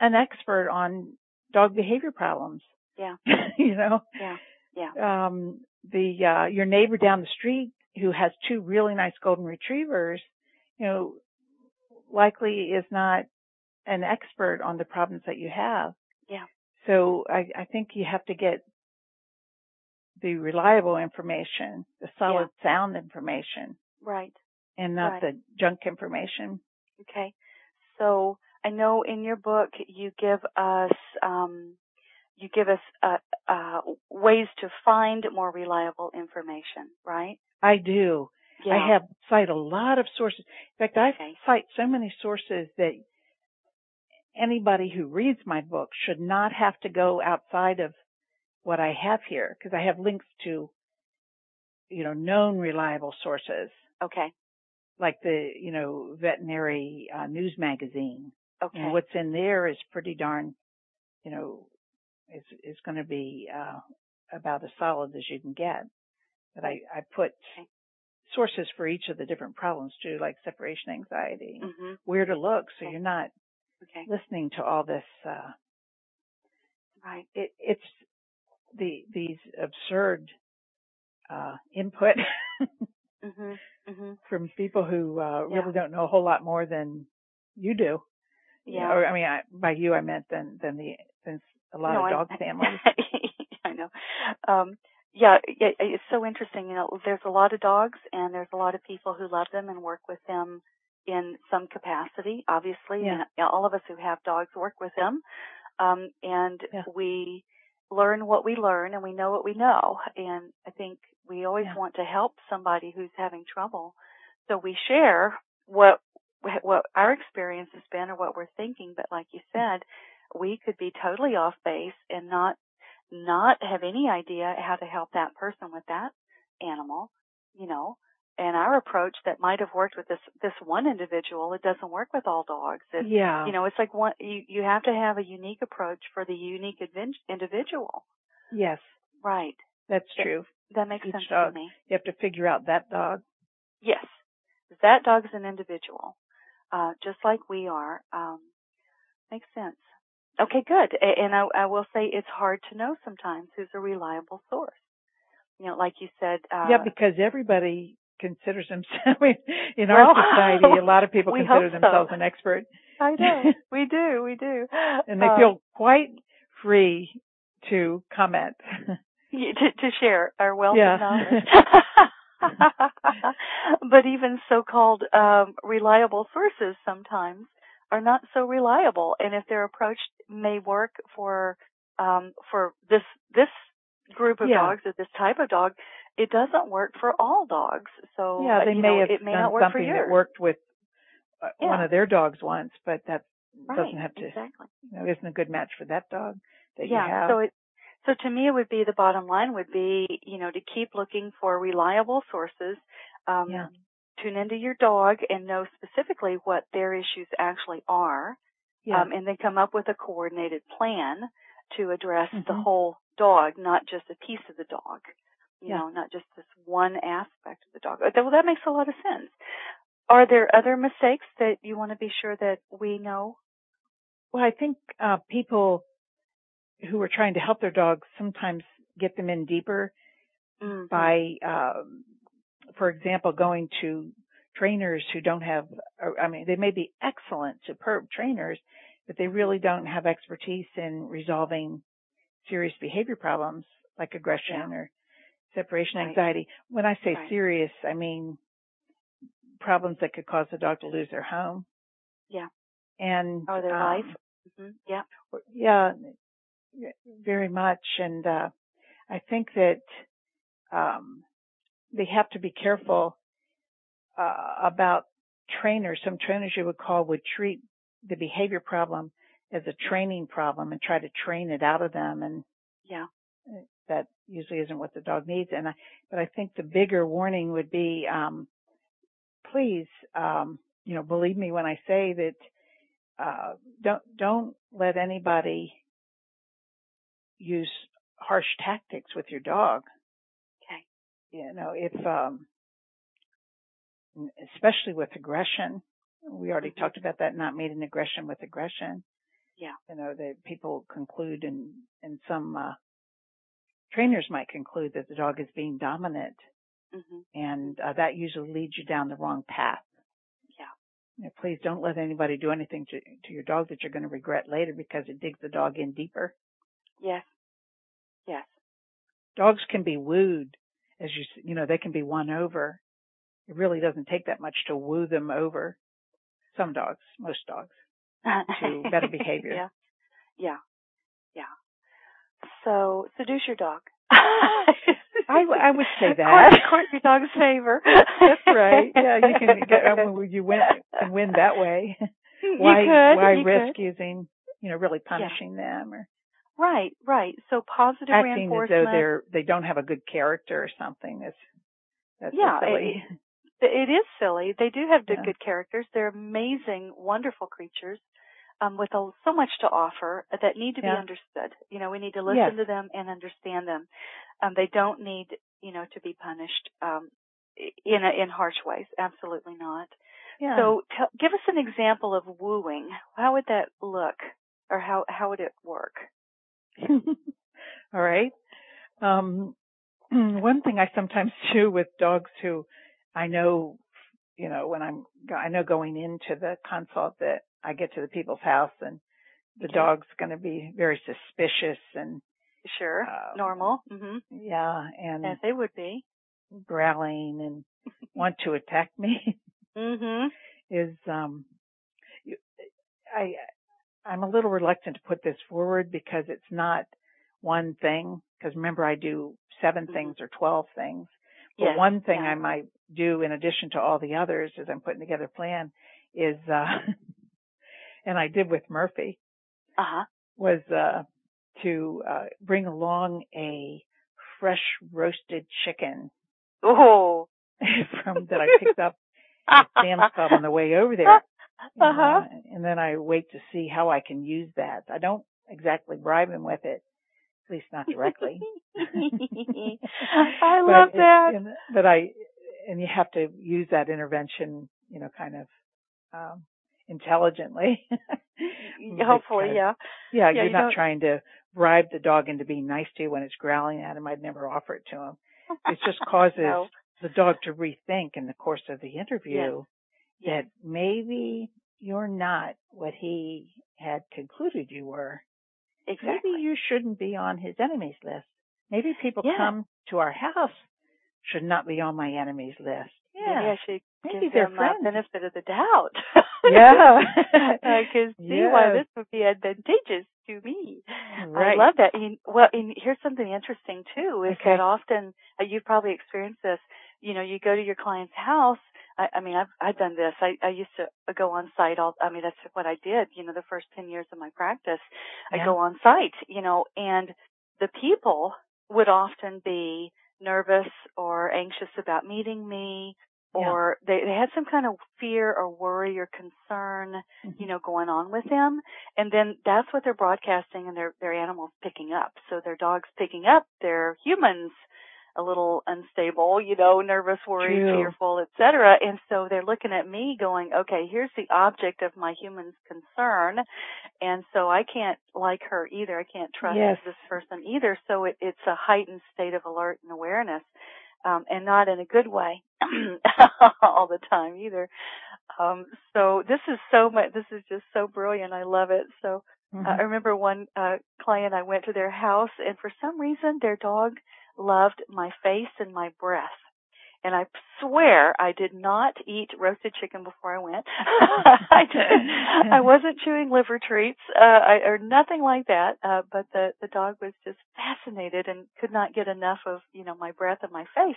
[SPEAKER 2] an expert on dog behavior problems.
[SPEAKER 1] Yeah.
[SPEAKER 2] [LAUGHS] you know,
[SPEAKER 1] Yeah. Yeah.
[SPEAKER 2] um, the uh, your neighbor down the street who has two really nice golden retrievers, you know, likely is not an expert on the problems that you have.
[SPEAKER 1] Yeah.
[SPEAKER 2] So I, I think you have to get the reliable information, the solid sound information,
[SPEAKER 1] Right.
[SPEAKER 2] and not
[SPEAKER 1] Right.
[SPEAKER 2] the junk information.
[SPEAKER 1] Okay. So I know in your book you give us um, you give us uh, uh, ways to find more reliable information, right?
[SPEAKER 2] I do. I have cite a lot of sources. In fact, I
[SPEAKER 1] Okay.
[SPEAKER 2] cite so many sources that anybody who reads my book should not have to go outside of what I have here because I have links to, you know, known reliable sources
[SPEAKER 1] Okay.
[SPEAKER 2] like the, you know, veterinary uh, news magazine.
[SPEAKER 1] Okay.
[SPEAKER 2] And what's in there is pretty darn, you know, is is going to be uh, about as solid as you can get. But I I put
[SPEAKER 1] Okay.
[SPEAKER 2] sources for each of the different problems too, like separation anxiety,
[SPEAKER 1] hmm
[SPEAKER 2] where to look, so
[SPEAKER 1] Okay.
[SPEAKER 2] you're not
[SPEAKER 1] Okay.
[SPEAKER 2] listening to all this. Uh,
[SPEAKER 1] Right.
[SPEAKER 2] it, it's the these absurd uh, input [LAUGHS]
[SPEAKER 1] hmm hmm
[SPEAKER 2] from people who uh,
[SPEAKER 1] Yeah.
[SPEAKER 2] really don't know a whole lot more than you do. You know,
[SPEAKER 1] Yeah.
[SPEAKER 2] or, I mean, I, by you I meant than than the than a lot
[SPEAKER 1] No,
[SPEAKER 2] of
[SPEAKER 1] I- [LAUGHS]
[SPEAKER 2] dog families.
[SPEAKER 1] I know. Um, yeah, yeah, it's so interesting. You know, there's a lot of dogs, and there's a lot of people who love them and work with them in some capacity. Obviously,
[SPEAKER 2] Yeah.
[SPEAKER 1] and all of us who have dogs work with them, um, and
[SPEAKER 2] Yeah.
[SPEAKER 1] we learn what we learn, and we know what we know. And I think we always
[SPEAKER 2] Yeah.
[SPEAKER 1] want to help somebody who's having trouble, so we share what what our experience has been or what we're thinking. But like you said, we could be totally off base and not not have any idea how to help that person with that animal, you know. And our approach that might have worked with this this one individual, it doesn't work with all dogs. It's,
[SPEAKER 2] yeah.
[SPEAKER 1] You know, it's like one you you have to have a unique approach for the unique adven- individual.
[SPEAKER 2] yes,
[SPEAKER 1] Right.
[SPEAKER 2] that's
[SPEAKER 1] Yeah.
[SPEAKER 2] true.
[SPEAKER 1] That makes
[SPEAKER 2] Each
[SPEAKER 1] sense to
[SPEAKER 2] dog.
[SPEAKER 1] me.
[SPEAKER 2] You have to figure out that dog.
[SPEAKER 1] Yes, that dog's an individual, uh, just like we are. Um, makes sense. Okay, good. A- And I, I will say it's hard to know sometimes who's a reliable source. You know, like you said. Uh,
[SPEAKER 2] yeah, because everybody considers themselves [LAUGHS] in
[SPEAKER 1] Well,
[SPEAKER 2] our society. A
[SPEAKER 1] [LAUGHS]
[SPEAKER 2] lot of people
[SPEAKER 1] we
[SPEAKER 2] consider
[SPEAKER 1] hope so.
[SPEAKER 2] themselves an expert,
[SPEAKER 1] [LAUGHS] I
[SPEAKER 2] [LAUGHS]
[SPEAKER 1] know we do, we do,
[SPEAKER 2] and they
[SPEAKER 1] Uh,
[SPEAKER 2] feel quite free to comment. [LAUGHS]
[SPEAKER 1] y- to, to share our wealth
[SPEAKER 2] Yeah.
[SPEAKER 1] of knowledge.
[SPEAKER 2] [LAUGHS]
[SPEAKER 1] [LAUGHS] but even so-called um, reliable sources sometimes are not so reliable, and if their approach may work for um, for this this group of
[SPEAKER 2] Yeah.
[SPEAKER 1] dogs or this type of dog, it doesn't work for all dogs. So
[SPEAKER 2] yeah,
[SPEAKER 1] uh,
[SPEAKER 2] they
[SPEAKER 1] you
[SPEAKER 2] may
[SPEAKER 1] know,
[SPEAKER 2] have
[SPEAKER 1] it may
[SPEAKER 2] done
[SPEAKER 1] not work for
[SPEAKER 2] something
[SPEAKER 1] yours.
[SPEAKER 2] that worked with uh, one
[SPEAKER 1] Yeah.
[SPEAKER 2] of their dogs once, but that
[SPEAKER 1] right,
[SPEAKER 2] doesn't have to
[SPEAKER 1] exactly.
[SPEAKER 2] you know, isn't a good match for that dog that
[SPEAKER 1] yeah,
[SPEAKER 2] you have.
[SPEAKER 1] so it so to me it would be the bottom line would be you know to keep looking for reliable sources um
[SPEAKER 2] Yeah.
[SPEAKER 1] tune into your dog and know specifically what their issues actually are
[SPEAKER 2] yeah,
[SPEAKER 1] um and then come up with a coordinated plan to address the
[SPEAKER 2] Mhm.
[SPEAKER 1] whole dog not just a piece of the dog you
[SPEAKER 2] Yeah.
[SPEAKER 1] know not just this one aspect of the dog Uh, that- well that makes a lot of sense are there other mistakes that you want to be sure that we know
[SPEAKER 2] Well, I think uh, people who are trying to help their dogs sometimes get them in deeper
[SPEAKER 1] Mhm.
[SPEAKER 2] by, um, for example, going to trainers who don't have, or, I mean, they may be excellent, superb trainers, but they really don't have expertise in resolving serious behavior problems like aggression
[SPEAKER 1] Yeah.
[SPEAKER 2] or separation
[SPEAKER 1] Right.
[SPEAKER 2] anxiety. When I say
[SPEAKER 1] Right.
[SPEAKER 2] serious, I mean problems that could cause the dog to lose their home.
[SPEAKER 1] Yeah.
[SPEAKER 2] And
[SPEAKER 1] Or their
[SPEAKER 2] um,
[SPEAKER 1] life. hmm Yeah.
[SPEAKER 2] yeah, very much. And uh, I think that um, they have to be careful uh, about trainers. Some trainers you would call would treat the behavior problem as a training problem and try to train it out of them, and
[SPEAKER 1] Yeah.
[SPEAKER 2] that usually isn't what the dog needs. And I, but I think the bigger warning would be, um, please, um, you know, believe me when I say that uh, don't don't let anybody use harsh tactics with your dog.
[SPEAKER 1] Okay.
[SPEAKER 2] You know, if um, especially with aggression, we already
[SPEAKER 1] Mhm.
[SPEAKER 2] talked about that. Not meeting aggression with aggression.
[SPEAKER 1] Yeah.
[SPEAKER 2] You know that people conclude, and and some uh, trainers might conclude that the dog is being dominant,
[SPEAKER 1] hmm
[SPEAKER 2] and uh, that usually leads you down the wrong path.
[SPEAKER 1] Yeah.
[SPEAKER 2] You know, please don't let anybody do anything to, to your dog that you're going to regret later because it digs the dog in deeper.
[SPEAKER 1] Yes. Yes.
[SPEAKER 2] Dogs can be wooed, as you s- you know, they can be won over. It really doesn't take that much to woo them over. Some dogs, most
[SPEAKER 1] [LAUGHS]
[SPEAKER 2] dogs. To better behavior.
[SPEAKER 1] yeah. Yeah. Yeah. So seduce your dog.
[SPEAKER 2] I, w- I would say that.
[SPEAKER 1] [LAUGHS] Court, court your dog's favor.
[SPEAKER 2] That's right. [LAUGHS] Yeah, you can get I mean, you win can win that way.
[SPEAKER 1] [LAUGHS] You
[SPEAKER 2] why
[SPEAKER 1] could,
[SPEAKER 2] why
[SPEAKER 1] you
[SPEAKER 2] risk
[SPEAKER 1] could.
[SPEAKER 2] using you know really punishing them or
[SPEAKER 1] Right, right. So positive
[SPEAKER 2] acting as though
[SPEAKER 1] reinforcement.
[SPEAKER 2] they're they don't have a good character or something? That's that's so
[SPEAKER 1] Yeah, it-
[SPEAKER 2] silly.
[SPEAKER 1] It is silly. They do have good,
[SPEAKER 2] Yeah.
[SPEAKER 1] good characters. They're amazing, wonderful creatures um, with a, so much to offer that need to be
[SPEAKER 2] Yeah.
[SPEAKER 1] understood. You know, we need to listen
[SPEAKER 2] Yes.
[SPEAKER 1] to them and understand them. Um, they don't need, you know, to be punished um, i- in a, in harsh ways. Absolutely not.
[SPEAKER 2] [LAUGHS] yeah.
[SPEAKER 1] So, tell give us an example of wooing. How would that look, or how how would it work?
[SPEAKER 2] [LAUGHS] All right. Um, [CLEARS THROAT] one thing I sometimes [LAUGHS] do with dogs who I know, you know, when I'm, I know going into the consult that I get to the people's house and the
[SPEAKER 1] Okay.
[SPEAKER 2] dog's going to be very suspicious and,
[SPEAKER 1] Sure,
[SPEAKER 2] Um,
[SPEAKER 1] normal. hmm
[SPEAKER 2] yeah, and
[SPEAKER 1] As they would be. [LAUGHS]
[SPEAKER 2] growling and want to attack me
[SPEAKER 1] hmm
[SPEAKER 2] is, um, you- I, I'm a little reluctant to put this forward because it's not one thing. Because remember, I do 7
[SPEAKER 1] Mhm.
[SPEAKER 2] things or 12 things. But
[SPEAKER 1] Yes.
[SPEAKER 2] one thing
[SPEAKER 1] yeah.
[SPEAKER 2] I might do in addition to all the others as I'm putting together a plan is, uh, [LAUGHS] and I did with Murphy
[SPEAKER 1] Uh huh.
[SPEAKER 2] was, uh, to, uh, bring along a fresh roasted chicken [LAUGHS]
[SPEAKER 1] Oh.
[SPEAKER 2] from that I picked up at
[SPEAKER 1] [LAUGHS]
[SPEAKER 2] Sam's Club on the way over there. And, uh,
[SPEAKER 1] Uh-huh.
[SPEAKER 2] and then I wait to see how I can use that. I don't exactly bribe him with it, at least
[SPEAKER 1] [LAUGHS]
[SPEAKER 2] not directly. [LAUGHS]
[SPEAKER 1] I
[SPEAKER 2] But
[SPEAKER 1] love
[SPEAKER 2] it-
[SPEAKER 1] that.
[SPEAKER 2] and- but I, and you have to use that intervention, you know, kind of um, intelligently. [LAUGHS] because-
[SPEAKER 1] Hopefully, yeah. Yeah,
[SPEAKER 2] Yeah, you're
[SPEAKER 1] you
[SPEAKER 2] not
[SPEAKER 1] don't-
[SPEAKER 2] trying to bribe the dog into being nice to you when it's growling at him. I'd never offer it to him. It [LAUGHS] just causes
[SPEAKER 1] No.
[SPEAKER 2] the dog to rethink in the course of the interview
[SPEAKER 1] Yeah.
[SPEAKER 2] that maybe you're not what he had concluded you were.
[SPEAKER 1] Exactly.
[SPEAKER 2] Maybe you shouldn't be on his enemies list. Maybe people
[SPEAKER 1] Yeah.
[SPEAKER 2] come to our house should not be on my enemies list.
[SPEAKER 1] Maybe
[SPEAKER 2] Yeah.
[SPEAKER 1] I should
[SPEAKER 2] Maybe
[SPEAKER 1] give
[SPEAKER 2] they're
[SPEAKER 1] them the
[SPEAKER 2] friends.
[SPEAKER 1] benefit of the doubt.
[SPEAKER 2] [LAUGHS]
[SPEAKER 1] [LAUGHS]
[SPEAKER 2] Yeah.
[SPEAKER 1] I
[SPEAKER 2] [LAUGHS]
[SPEAKER 1] can see why
[SPEAKER 2] Yes.
[SPEAKER 1] this would be advantageous to me.
[SPEAKER 2] Right.
[SPEAKER 1] I love that. And, well, and here's something interesting too is
[SPEAKER 2] Okay.
[SPEAKER 1] that often uh, you've probably experienced this. You know, you go to your client's house. I, I mean, I've I've done this. I I used to go on site. All I mean, that's what I did. You know, the first ten years of my practice, I
[SPEAKER 2] Yeah.
[SPEAKER 1] go on site. You know, and the people would often be nervous or anxious about meeting me
[SPEAKER 2] Yeah.
[SPEAKER 1] or they, they had some kind of fear or worry or concern,
[SPEAKER 2] Mhm.
[SPEAKER 1] you know, going on with them. And then that's what they're broadcasting and their, their animals picking up. So their dog's picking up their humans a little unstable, you know, nervous, worried,
[SPEAKER 2] True.
[SPEAKER 1] fearful, et cetera. And so they're looking at me going, okay, here's the object of my human's concern. And so I can't like her either. I can't trust
[SPEAKER 2] Yes.
[SPEAKER 1] this person either. So it, it's a heightened state of alert and awareness um, and not in a good way [CLEARS THROAT] all the time either. Um, so this is so much. This is just so brilliant. I love it. So
[SPEAKER 2] Mm-hmm.
[SPEAKER 1] uh, I remember one uh, client I went to their house, and for some reason their dog loved my face and my breath. And I swear I did not eat roasted chicken before I went. [LAUGHS] I, did, I wasn't chewing liver treats uh, I, or nothing like that. Uh, but the the dog was just fascinated and could not get enough of you know my breath and my face,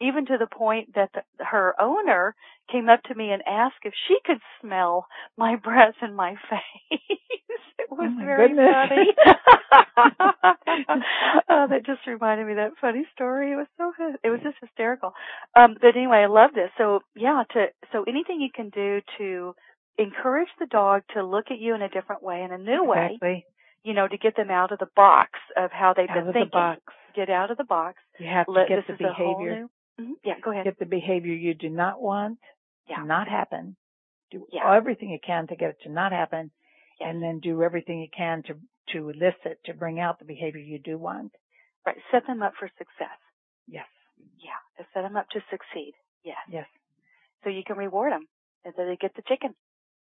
[SPEAKER 1] even to the point that the, her owner came up to me and asked if she could smell my breath and my [LAUGHS] face. it
[SPEAKER 2] Oh,
[SPEAKER 1] was
[SPEAKER 3] my
[SPEAKER 1] very
[SPEAKER 3] goodness.
[SPEAKER 1] funny. [LAUGHS] oh, that just reminded me of that funny story. It was so hy- it was just hysterical. Um, but anyway, I love this. So yeah, to so anything you can do to encourage the dog to look at you in a different way, in a new way,
[SPEAKER 2] Exactly.
[SPEAKER 1] you know, to get them out of the box of how they've
[SPEAKER 2] Out
[SPEAKER 1] been
[SPEAKER 2] of
[SPEAKER 1] thinking.
[SPEAKER 2] the box.
[SPEAKER 1] Get out of the box.
[SPEAKER 2] You have to
[SPEAKER 1] Let
[SPEAKER 2] get
[SPEAKER 1] this
[SPEAKER 2] the
[SPEAKER 1] is a whole
[SPEAKER 2] behavior.
[SPEAKER 1] new. Mhm. Yeah, go ahead.
[SPEAKER 2] Get the behavior you do not want
[SPEAKER 1] Yeah.
[SPEAKER 2] to not happen. Do
[SPEAKER 1] Yeah.
[SPEAKER 2] everything you can to get it to not happen,
[SPEAKER 1] Yes.
[SPEAKER 2] and then do everything you can to to elicit to bring out the behavior you do want.
[SPEAKER 1] Right. Set them up for success.
[SPEAKER 2] Yes.
[SPEAKER 1] Yeah. To set them up to succeed. Yes.
[SPEAKER 2] Yes.
[SPEAKER 1] So you can reward them, and then they get the chicken.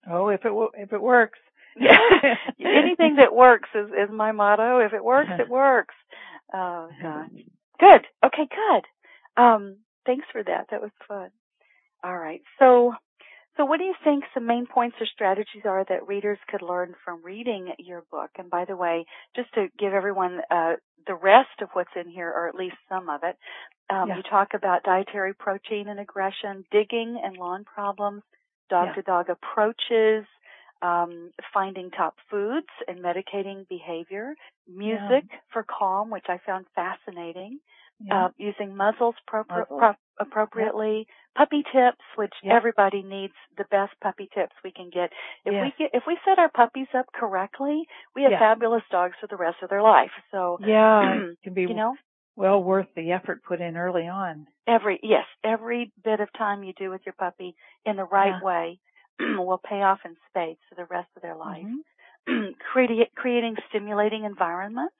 [SPEAKER 2] Oh, if it wo- if it works.
[SPEAKER 1] Yeah. [LAUGHS] Anything that works is is my motto. If it works, it works. Oh gosh. Good. Okay, good. Um, thanks for that. That was fun. All right. So so what do you think some main points or strategies are that readers could learn from reading your book? And by the way, just to give everyone uh, the rest of what's in here, or at least some of it, um,
[SPEAKER 2] Yeah.
[SPEAKER 1] you talk about dietary protein and aggression, digging and lawn problems,
[SPEAKER 2] Yeah.
[SPEAKER 1] dog-to-dog approaches, um, finding top foods and medicating behavior, music for calm, which I found fascinating,
[SPEAKER 2] [LAUGHS] Yeah.
[SPEAKER 1] uh, using muzzles, pro- pro-
[SPEAKER 2] Muzzles.
[SPEAKER 1] pro- appropriately, puppy tips, which
[SPEAKER 2] Yep.
[SPEAKER 1] everybody needs the best puppy tips we can get. If
[SPEAKER 2] Yes.
[SPEAKER 1] we get, if we set our puppies up correctly, we have
[SPEAKER 2] Yeah.
[SPEAKER 1] fabulous dogs for the rest of their life. So,
[SPEAKER 2] yeah.
[SPEAKER 1] [CLEARS THROAT]
[SPEAKER 2] It can be
[SPEAKER 1] you know,
[SPEAKER 2] well worth the effort put in early on.
[SPEAKER 1] Every yes, every bit of time you do with your puppy in the right
[SPEAKER 2] Yeah.
[SPEAKER 1] way [CLEARS THROAT] will pay off in spades for the rest of their life.
[SPEAKER 2] Mhm.
[SPEAKER 1] [CLEARS THROAT] Creating creating stimulating environments,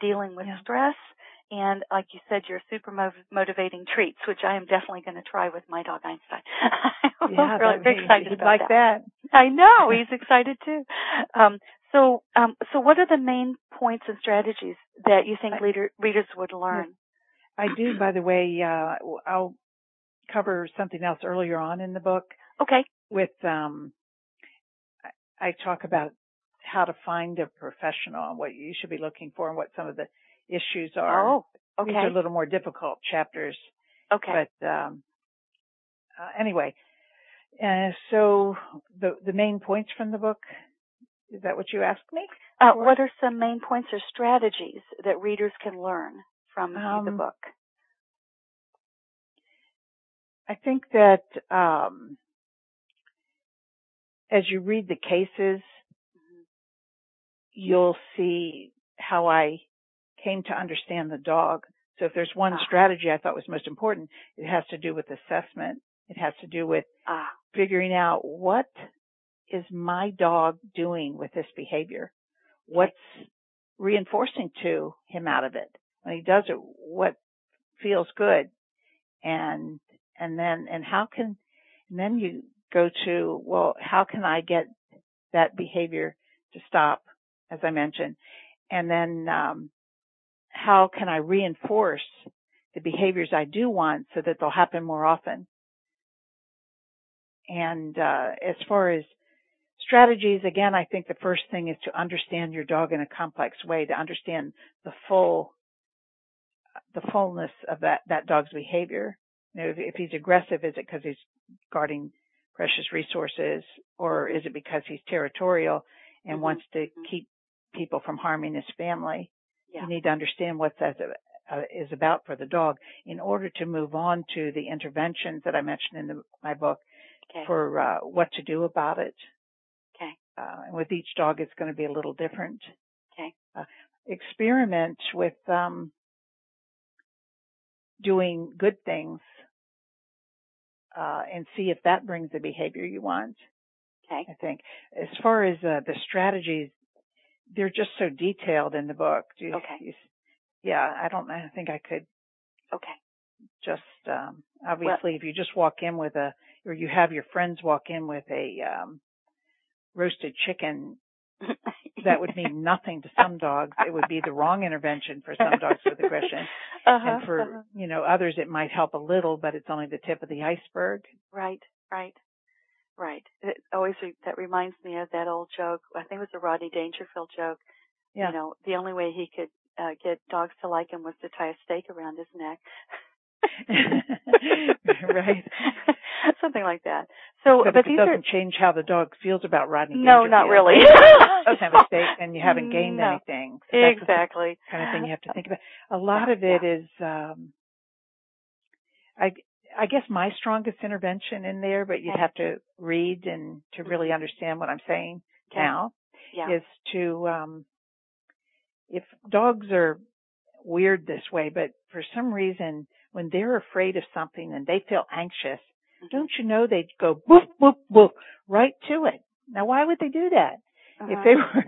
[SPEAKER 1] dealing with
[SPEAKER 2] Yeah.
[SPEAKER 1] stress, and like you said, your super mov- motivating treats, which I am definitely going to try with my dog Einstein. [LAUGHS] [LAUGHS] I'm
[SPEAKER 2] Yeah,
[SPEAKER 1] really
[SPEAKER 2] that-
[SPEAKER 1] very
[SPEAKER 2] [LAUGHS] he-
[SPEAKER 1] excited
[SPEAKER 2] he'd
[SPEAKER 1] about
[SPEAKER 2] like
[SPEAKER 1] that.
[SPEAKER 2] that.
[SPEAKER 1] I
[SPEAKER 2] [LAUGHS]
[SPEAKER 1] know he's excited too. Um, so, um, so what are the main points and strategies that you think
[SPEAKER 2] I-
[SPEAKER 1] leader, readers would learn?
[SPEAKER 2] I do, by the way, uh, I'll cover something else earlier on in the book
[SPEAKER 1] Okay.
[SPEAKER 2] with, um, I- I talk about how to find a professional and what you should be looking for and what some of the issues are.
[SPEAKER 1] Oh,
[SPEAKER 2] These are
[SPEAKER 1] okay.
[SPEAKER 2] a little more difficult chapters,
[SPEAKER 1] Okay.
[SPEAKER 2] but, um, uh, anyway, uh, so the, the main points from the book, is that what you asked me?
[SPEAKER 1] Uh,
[SPEAKER 2] Or-
[SPEAKER 1] what are some main points or strategies that readers can learn from the
[SPEAKER 2] Um,
[SPEAKER 1] book?
[SPEAKER 2] I think that um, as you read the cases, you'll see how I came to understand the dog. So if there's one
[SPEAKER 1] Ah.
[SPEAKER 2] strategy I thought was most important, it has to do with assessment. It has to do with
[SPEAKER 1] Ah,
[SPEAKER 2] figuring out what is my dog doing with this behavior? What's reinforcing to him out of it? When he does it, what feels good? And, and then, and how can, and then you go to, well, how can I get that behavior to stop, as I mentioned? And then, um, how can I reinforce the behaviors I do want so that they'll happen more often? And uh, as far as strategies, again, I think the first thing is to understand your dog in a complex way, to understand the full, the fullness of that that dog's behavior. You know, if, if he's aggressive, is it because he's guarding precious resources, or is it because he's territorial and
[SPEAKER 1] Mhm.
[SPEAKER 2] wants to keep people from harming his family?
[SPEAKER 1] yeah.
[SPEAKER 2] you need to understand what that uh, is about for the dog in order to move on to the interventions that I mentioned in the, my book
[SPEAKER 1] Okay.
[SPEAKER 2] for uh, what to do about it.
[SPEAKER 1] Okay.
[SPEAKER 2] Uh, and with each dog, it's going to be a little different.
[SPEAKER 1] Okay.
[SPEAKER 2] Uh, experiment with um, doing good things uh, and see if that brings the behavior you want.
[SPEAKER 1] Okay.
[SPEAKER 2] I think as far as uh, the strategies, they're just so detailed in the book. Do you,
[SPEAKER 1] Okay.
[SPEAKER 2] you s- yeah, I don't. I think I could
[SPEAKER 1] Okay.
[SPEAKER 2] just um, obviously if you just walk in with a or you have your friends walk in with a um, roasted chicken,
[SPEAKER 1] [LAUGHS]
[SPEAKER 2] that would mean nothing to some dogs. It would be the wrong intervention for some dogs with aggression,
[SPEAKER 1] [LAUGHS] Uh-huh,
[SPEAKER 2] and for
[SPEAKER 1] uh-huh.
[SPEAKER 2] you know others it might help a little, but it's only the tip of the iceberg.
[SPEAKER 1] Right, right, right. It always re- that reminds me of that old joke. I think it was a Rodney Dangerfield joke.
[SPEAKER 2] Yeah.
[SPEAKER 1] You know, the only way he could uh, get dogs to like him was to tie a stake around his neck. [LAUGHS]
[SPEAKER 2] [LAUGHS] right.
[SPEAKER 1] Something like that. So,
[SPEAKER 2] But,
[SPEAKER 1] Oh, but
[SPEAKER 2] it
[SPEAKER 1] these are
[SPEAKER 2] doesn't change how the dog feels about Rodney.
[SPEAKER 1] no, not
[SPEAKER 2] Dangerfield.
[SPEAKER 1] really. [LAUGHS]
[SPEAKER 2] Doesn't have a stake, and you haven't gained
[SPEAKER 1] No.
[SPEAKER 2] anything. So that's the [LAUGHS]
[SPEAKER 1] exactly.
[SPEAKER 2] kind of thing you have to think about. A lot of it is, um, I, I guess my strongest intervention in there, but you'd
[SPEAKER 1] Okay.
[SPEAKER 2] have to read and to really understand what I'm saying
[SPEAKER 1] Okay.
[SPEAKER 2] now
[SPEAKER 1] Yeah.
[SPEAKER 2] is to, um, if dogs are weird this way, but for some reason when they're afraid of something and they feel anxious,
[SPEAKER 1] Mhm.
[SPEAKER 2] don't you know they go whoop, whoop, whoop right to it. Now why would they do that?
[SPEAKER 1] Uh-huh.
[SPEAKER 2] if they were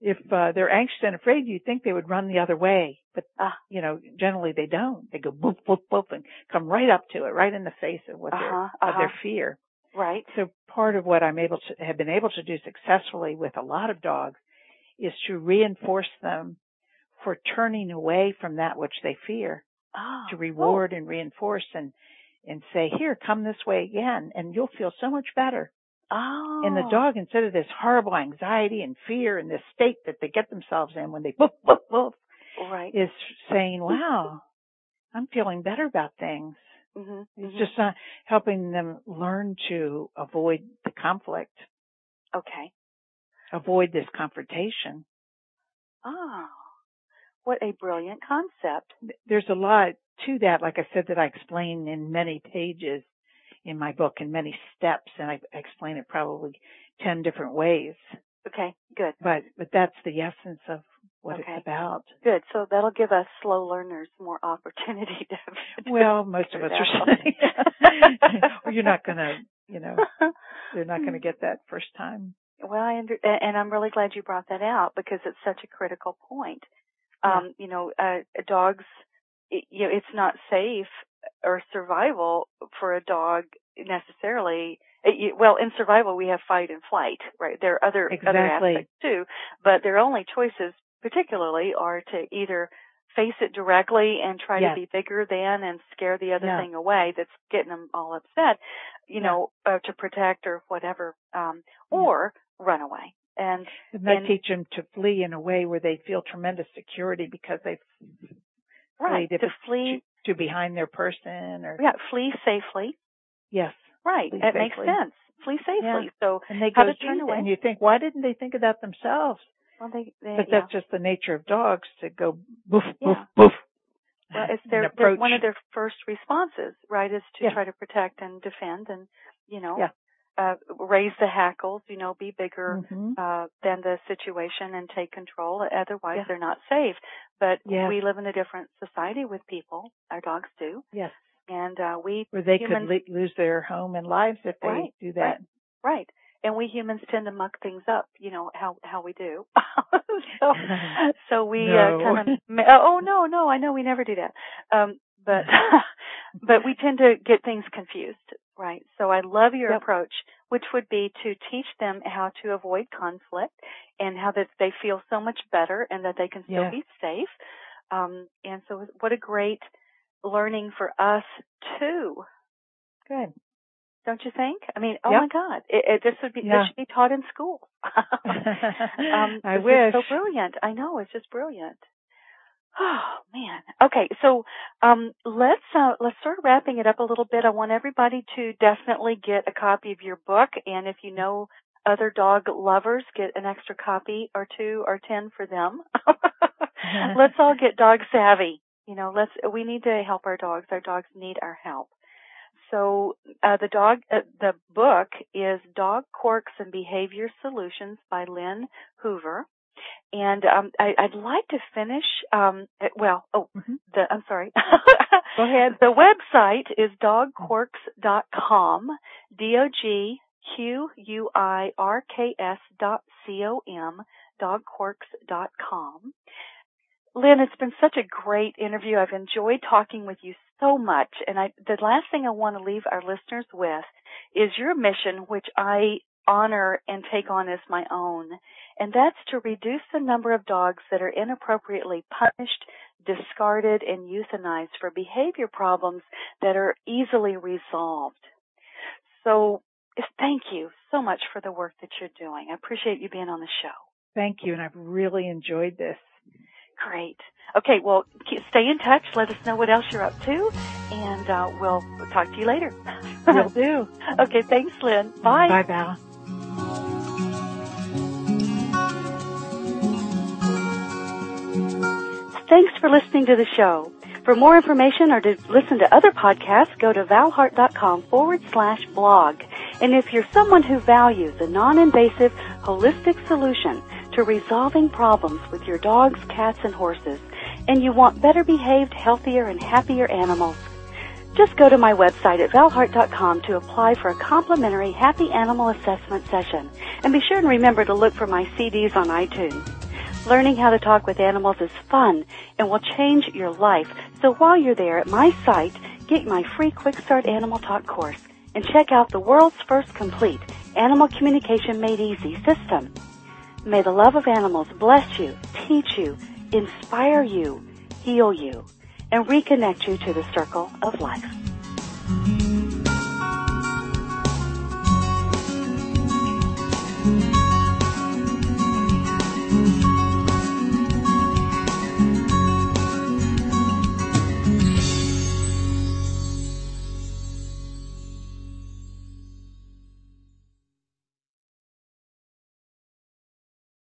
[SPEAKER 2] if uh, they're anxious and afraid you think they would run the other way but
[SPEAKER 1] Ah.
[SPEAKER 2] you know generally they don't they go boop boop boop and come right up to it right in the face of what their
[SPEAKER 1] uh-huh,
[SPEAKER 2] of
[SPEAKER 1] uh-huh.
[SPEAKER 2] their fear
[SPEAKER 1] right.
[SPEAKER 2] so part of what i'm able to have been able to do successfully with a lot of dogs is to reinforce them for turning away from that which they fear
[SPEAKER 1] Oh,
[SPEAKER 2] to
[SPEAKER 1] oh,
[SPEAKER 2] reward and reinforce and and say here come this way again and you'll feel so much better
[SPEAKER 1] Oh.
[SPEAKER 2] and the dog, instead of this horrible anxiety and fear and this state that they get themselves in when they woof, woof, woof,
[SPEAKER 1] Right.
[SPEAKER 2] is saying, wow, I'm feeling better about things.
[SPEAKER 1] mm-hmm.
[SPEAKER 2] It's just not helping them learn to avoid the conflict,
[SPEAKER 1] okay.
[SPEAKER 2] avoid this confrontation.
[SPEAKER 1] Oh, what a brilliant concept.
[SPEAKER 2] There's a lot to that, like I said, that I explain in many pages in my book in many steps, and I explain it probably 10 different ways.
[SPEAKER 1] Okay, good.
[SPEAKER 2] But, but that's the essence of what
[SPEAKER 1] Okay.
[SPEAKER 2] it's about.
[SPEAKER 1] Good. So that'll give us slow learners more [LAUGHS] opportunity to. to- [LAUGHS]
[SPEAKER 2] Well, most of us are saying, Well, [LAUGHS] you're not going to, you know, they're not
[SPEAKER 1] Mm-hmm.
[SPEAKER 2] going to get that first time.
[SPEAKER 1] well, I under, a- and I'm really glad you brought that out because it's such a critical point. Um, you know, uh, dogs, it, you know, it's not safe or survival for a dog necessarily. It- you- well, in survival, we have fight and flight, right? There are other, other
[SPEAKER 2] Exactly.
[SPEAKER 1] aspects too, but their only choices particularly are to either face it directly and try
[SPEAKER 2] Yes.
[SPEAKER 1] to be bigger than and scare the other
[SPEAKER 2] Yeah.
[SPEAKER 1] thing away that's getting them all upset, you
[SPEAKER 2] Yeah.
[SPEAKER 1] know, uh, to protect or whatever, um,
[SPEAKER 2] Yeah.
[SPEAKER 1] or run away. And
[SPEAKER 2] And I
[SPEAKER 1] And-
[SPEAKER 2] teach them to flee in a way where they feel tremendous security because they
[SPEAKER 1] right, to
[SPEAKER 2] Flee, different-
[SPEAKER 1] flee,
[SPEAKER 2] to behind their person or
[SPEAKER 1] yeah, flee safely.
[SPEAKER 2] yes,
[SPEAKER 1] Right.
[SPEAKER 2] Flee
[SPEAKER 1] It makes
[SPEAKER 2] safely.
[SPEAKER 1] sense. Flee safely. So
[SPEAKER 2] and they
[SPEAKER 1] How
[SPEAKER 2] go
[SPEAKER 1] to turn
[SPEAKER 2] "Geez,"
[SPEAKER 1] away.
[SPEAKER 2] And you think, why didn't they think of that themselves?
[SPEAKER 1] well, they, they
[SPEAKER 2] But
[SPEAKER 1] yeah.
[SPEAKER 2] that's just the nature of dogs to go boof, boof,
[SPEAKER 1] Yeah.
[SPEAKER 2] boof.
[SPEAKER 1] well,
[SPEAKER 2] [LAUGHS]
[SPEAKER 1] it's
[SPEAKER 2] and
[SPEAKER 1] their, their-
[SPEAKER 2] approach.
[SPEAKER 1] one of their first responses, right, is to
[SPEAKER 2] Yeah.
[SPEAKER 1] try to protect and defend and you know
[SPEAKER 2] Yeah.
[SPEAKER 1] uh, raise the hackles, you know, be bigger
[SPEAKER 2] Mhm.
[SPEAKER 1] uh, than the situation and take control. Otherwise,
[SPEAKER 2] Yeah.
[SPEAKER 1] they're not safe. But
[SPEAKER 2] Yes.
[SPEAKER 1] we live in a different society with people. Our dogs do,
[SPEAKER 2] Yes,
[SPEAKER 1] and uh, we
[SPEAKER 2] where they
[SPEAKER 1] Human-
[SPEAKER 2] could le- lose their home and lives if they
[SPEAKER 1] Right,
[SPEAKER 2] do that.
[SPEAKER 1] Right. And we humans tend to muck things up, you know, how, how we do. [LAUGHS]
[SPEAKER 2] [LAUGHS]
[SPEAKER 1] so, so we,
[SPEAKER 2] No.
[SPEAKER 1] uh, kind of,
[SPEAKER 2] [LAUGHS]
[SPEAKER 1] ma- oh no, no, I know we never do that. Um, but,
[SPEAKER 2] Mm-hmm.
[SPEAKER 1] [LAUGHS] but we tend to get things confused, right? So I love your
[SPEAKER 2] Yep.
[SPEAKER 1] approach, which would be to teach them how to avoid conflict and how that they feel so much better and that they can still
[SPEAKER 2] Yeah.
[SPEAKER 1] be safe. Um, and so what a great learning for us too.
[SPEAKER 2] Good.
[SPEAKER 1] Don't you think? I mean, oh
[SPEAKER 2] Yep.
[SPEAKER 1] my God, it, it, this would be
[SPEAKER 2] Yeah.
[SPEAKER 1] this should be taught in
[SPEAKER 2] [LAUGHS]
[SPEAKER 1] school. um,
[SPEAKER 2] I
[SPEAKER 1] this Is
[SPEAKER 2] wish.
[SPEAKER 1] so brilliant. I know it's just brilliant. [SIGHS] Oh man. Okay, so um, let's uh, let's start wrapping it up a little bit. I want everybody to definitely get a copy of your book, and if you know other dog lovers, get an extra copy or two or ten for them. [LAUGHS] let's all get dog savvy. You know, let's we need to help our dogs. Our dogs need our help. So uh, the dog, uh, the book is Dog Quirks and Behavior Solutions by Lynn Hoover, and um, I, I'd like to finish. Um, uh, well, oh,
[SPEAKER 2] Mhm.
[SPEAKER 1] the I'm sorry. [LAUGHS]
[SPEAKER 2] Go ahead.
[SPEAKER 1] the website is dogquirks.com, d o g q u i r k s dot c o m, dogquirks.com. Lynn, it's been such a great interview. I've enjoyed talking with you so much. And I, the last thing I want to leave our listeners with is your mission, which I honor and take on as my own. And that's to reduce the number of dogs that are inappropriately punished, discarded, and euthanized for behavior problems that are easily resolved. So thank you so much for the work that you're doing. I appreciate you being on the show.
[SPEAKER 2] Thank you. And I've really enjoyed [LAUGHS] this.
[SPEAKER 1] Great. Okay, well, stay in touch. Let us know what else you're up to, and uh, we'll talk to you later. [LAUGHS]
[SPEAKER 2] Will do.
[SPEAKER 1] okay, thanks, Lynn. Bye.
[SPEAKER 2] Bye, Val.
[SPEAKER 1] Thanks for listening to the show. For more information or to listen to other podcasts, go to valhart.com forward slash blog. And if you're someone who values a non-invasive, holistic solution, to resolving problems with your dogs, cats, and horses, and you want better behaved, healthier, and happier animals, just go to my website at valhart.com to apply for a complimentary happy animal assessment session. And be sure and remember to look for my CDs on iTunes. Learning how to talk with animals is fun and will change your life. So while you're there at my site, get my free Quick Start Animal Talk course and check out the world's first complete animal communication made easy system. May the love of animals bless you, teach you, inspire you, heal you, and reconnect you to the circle of life.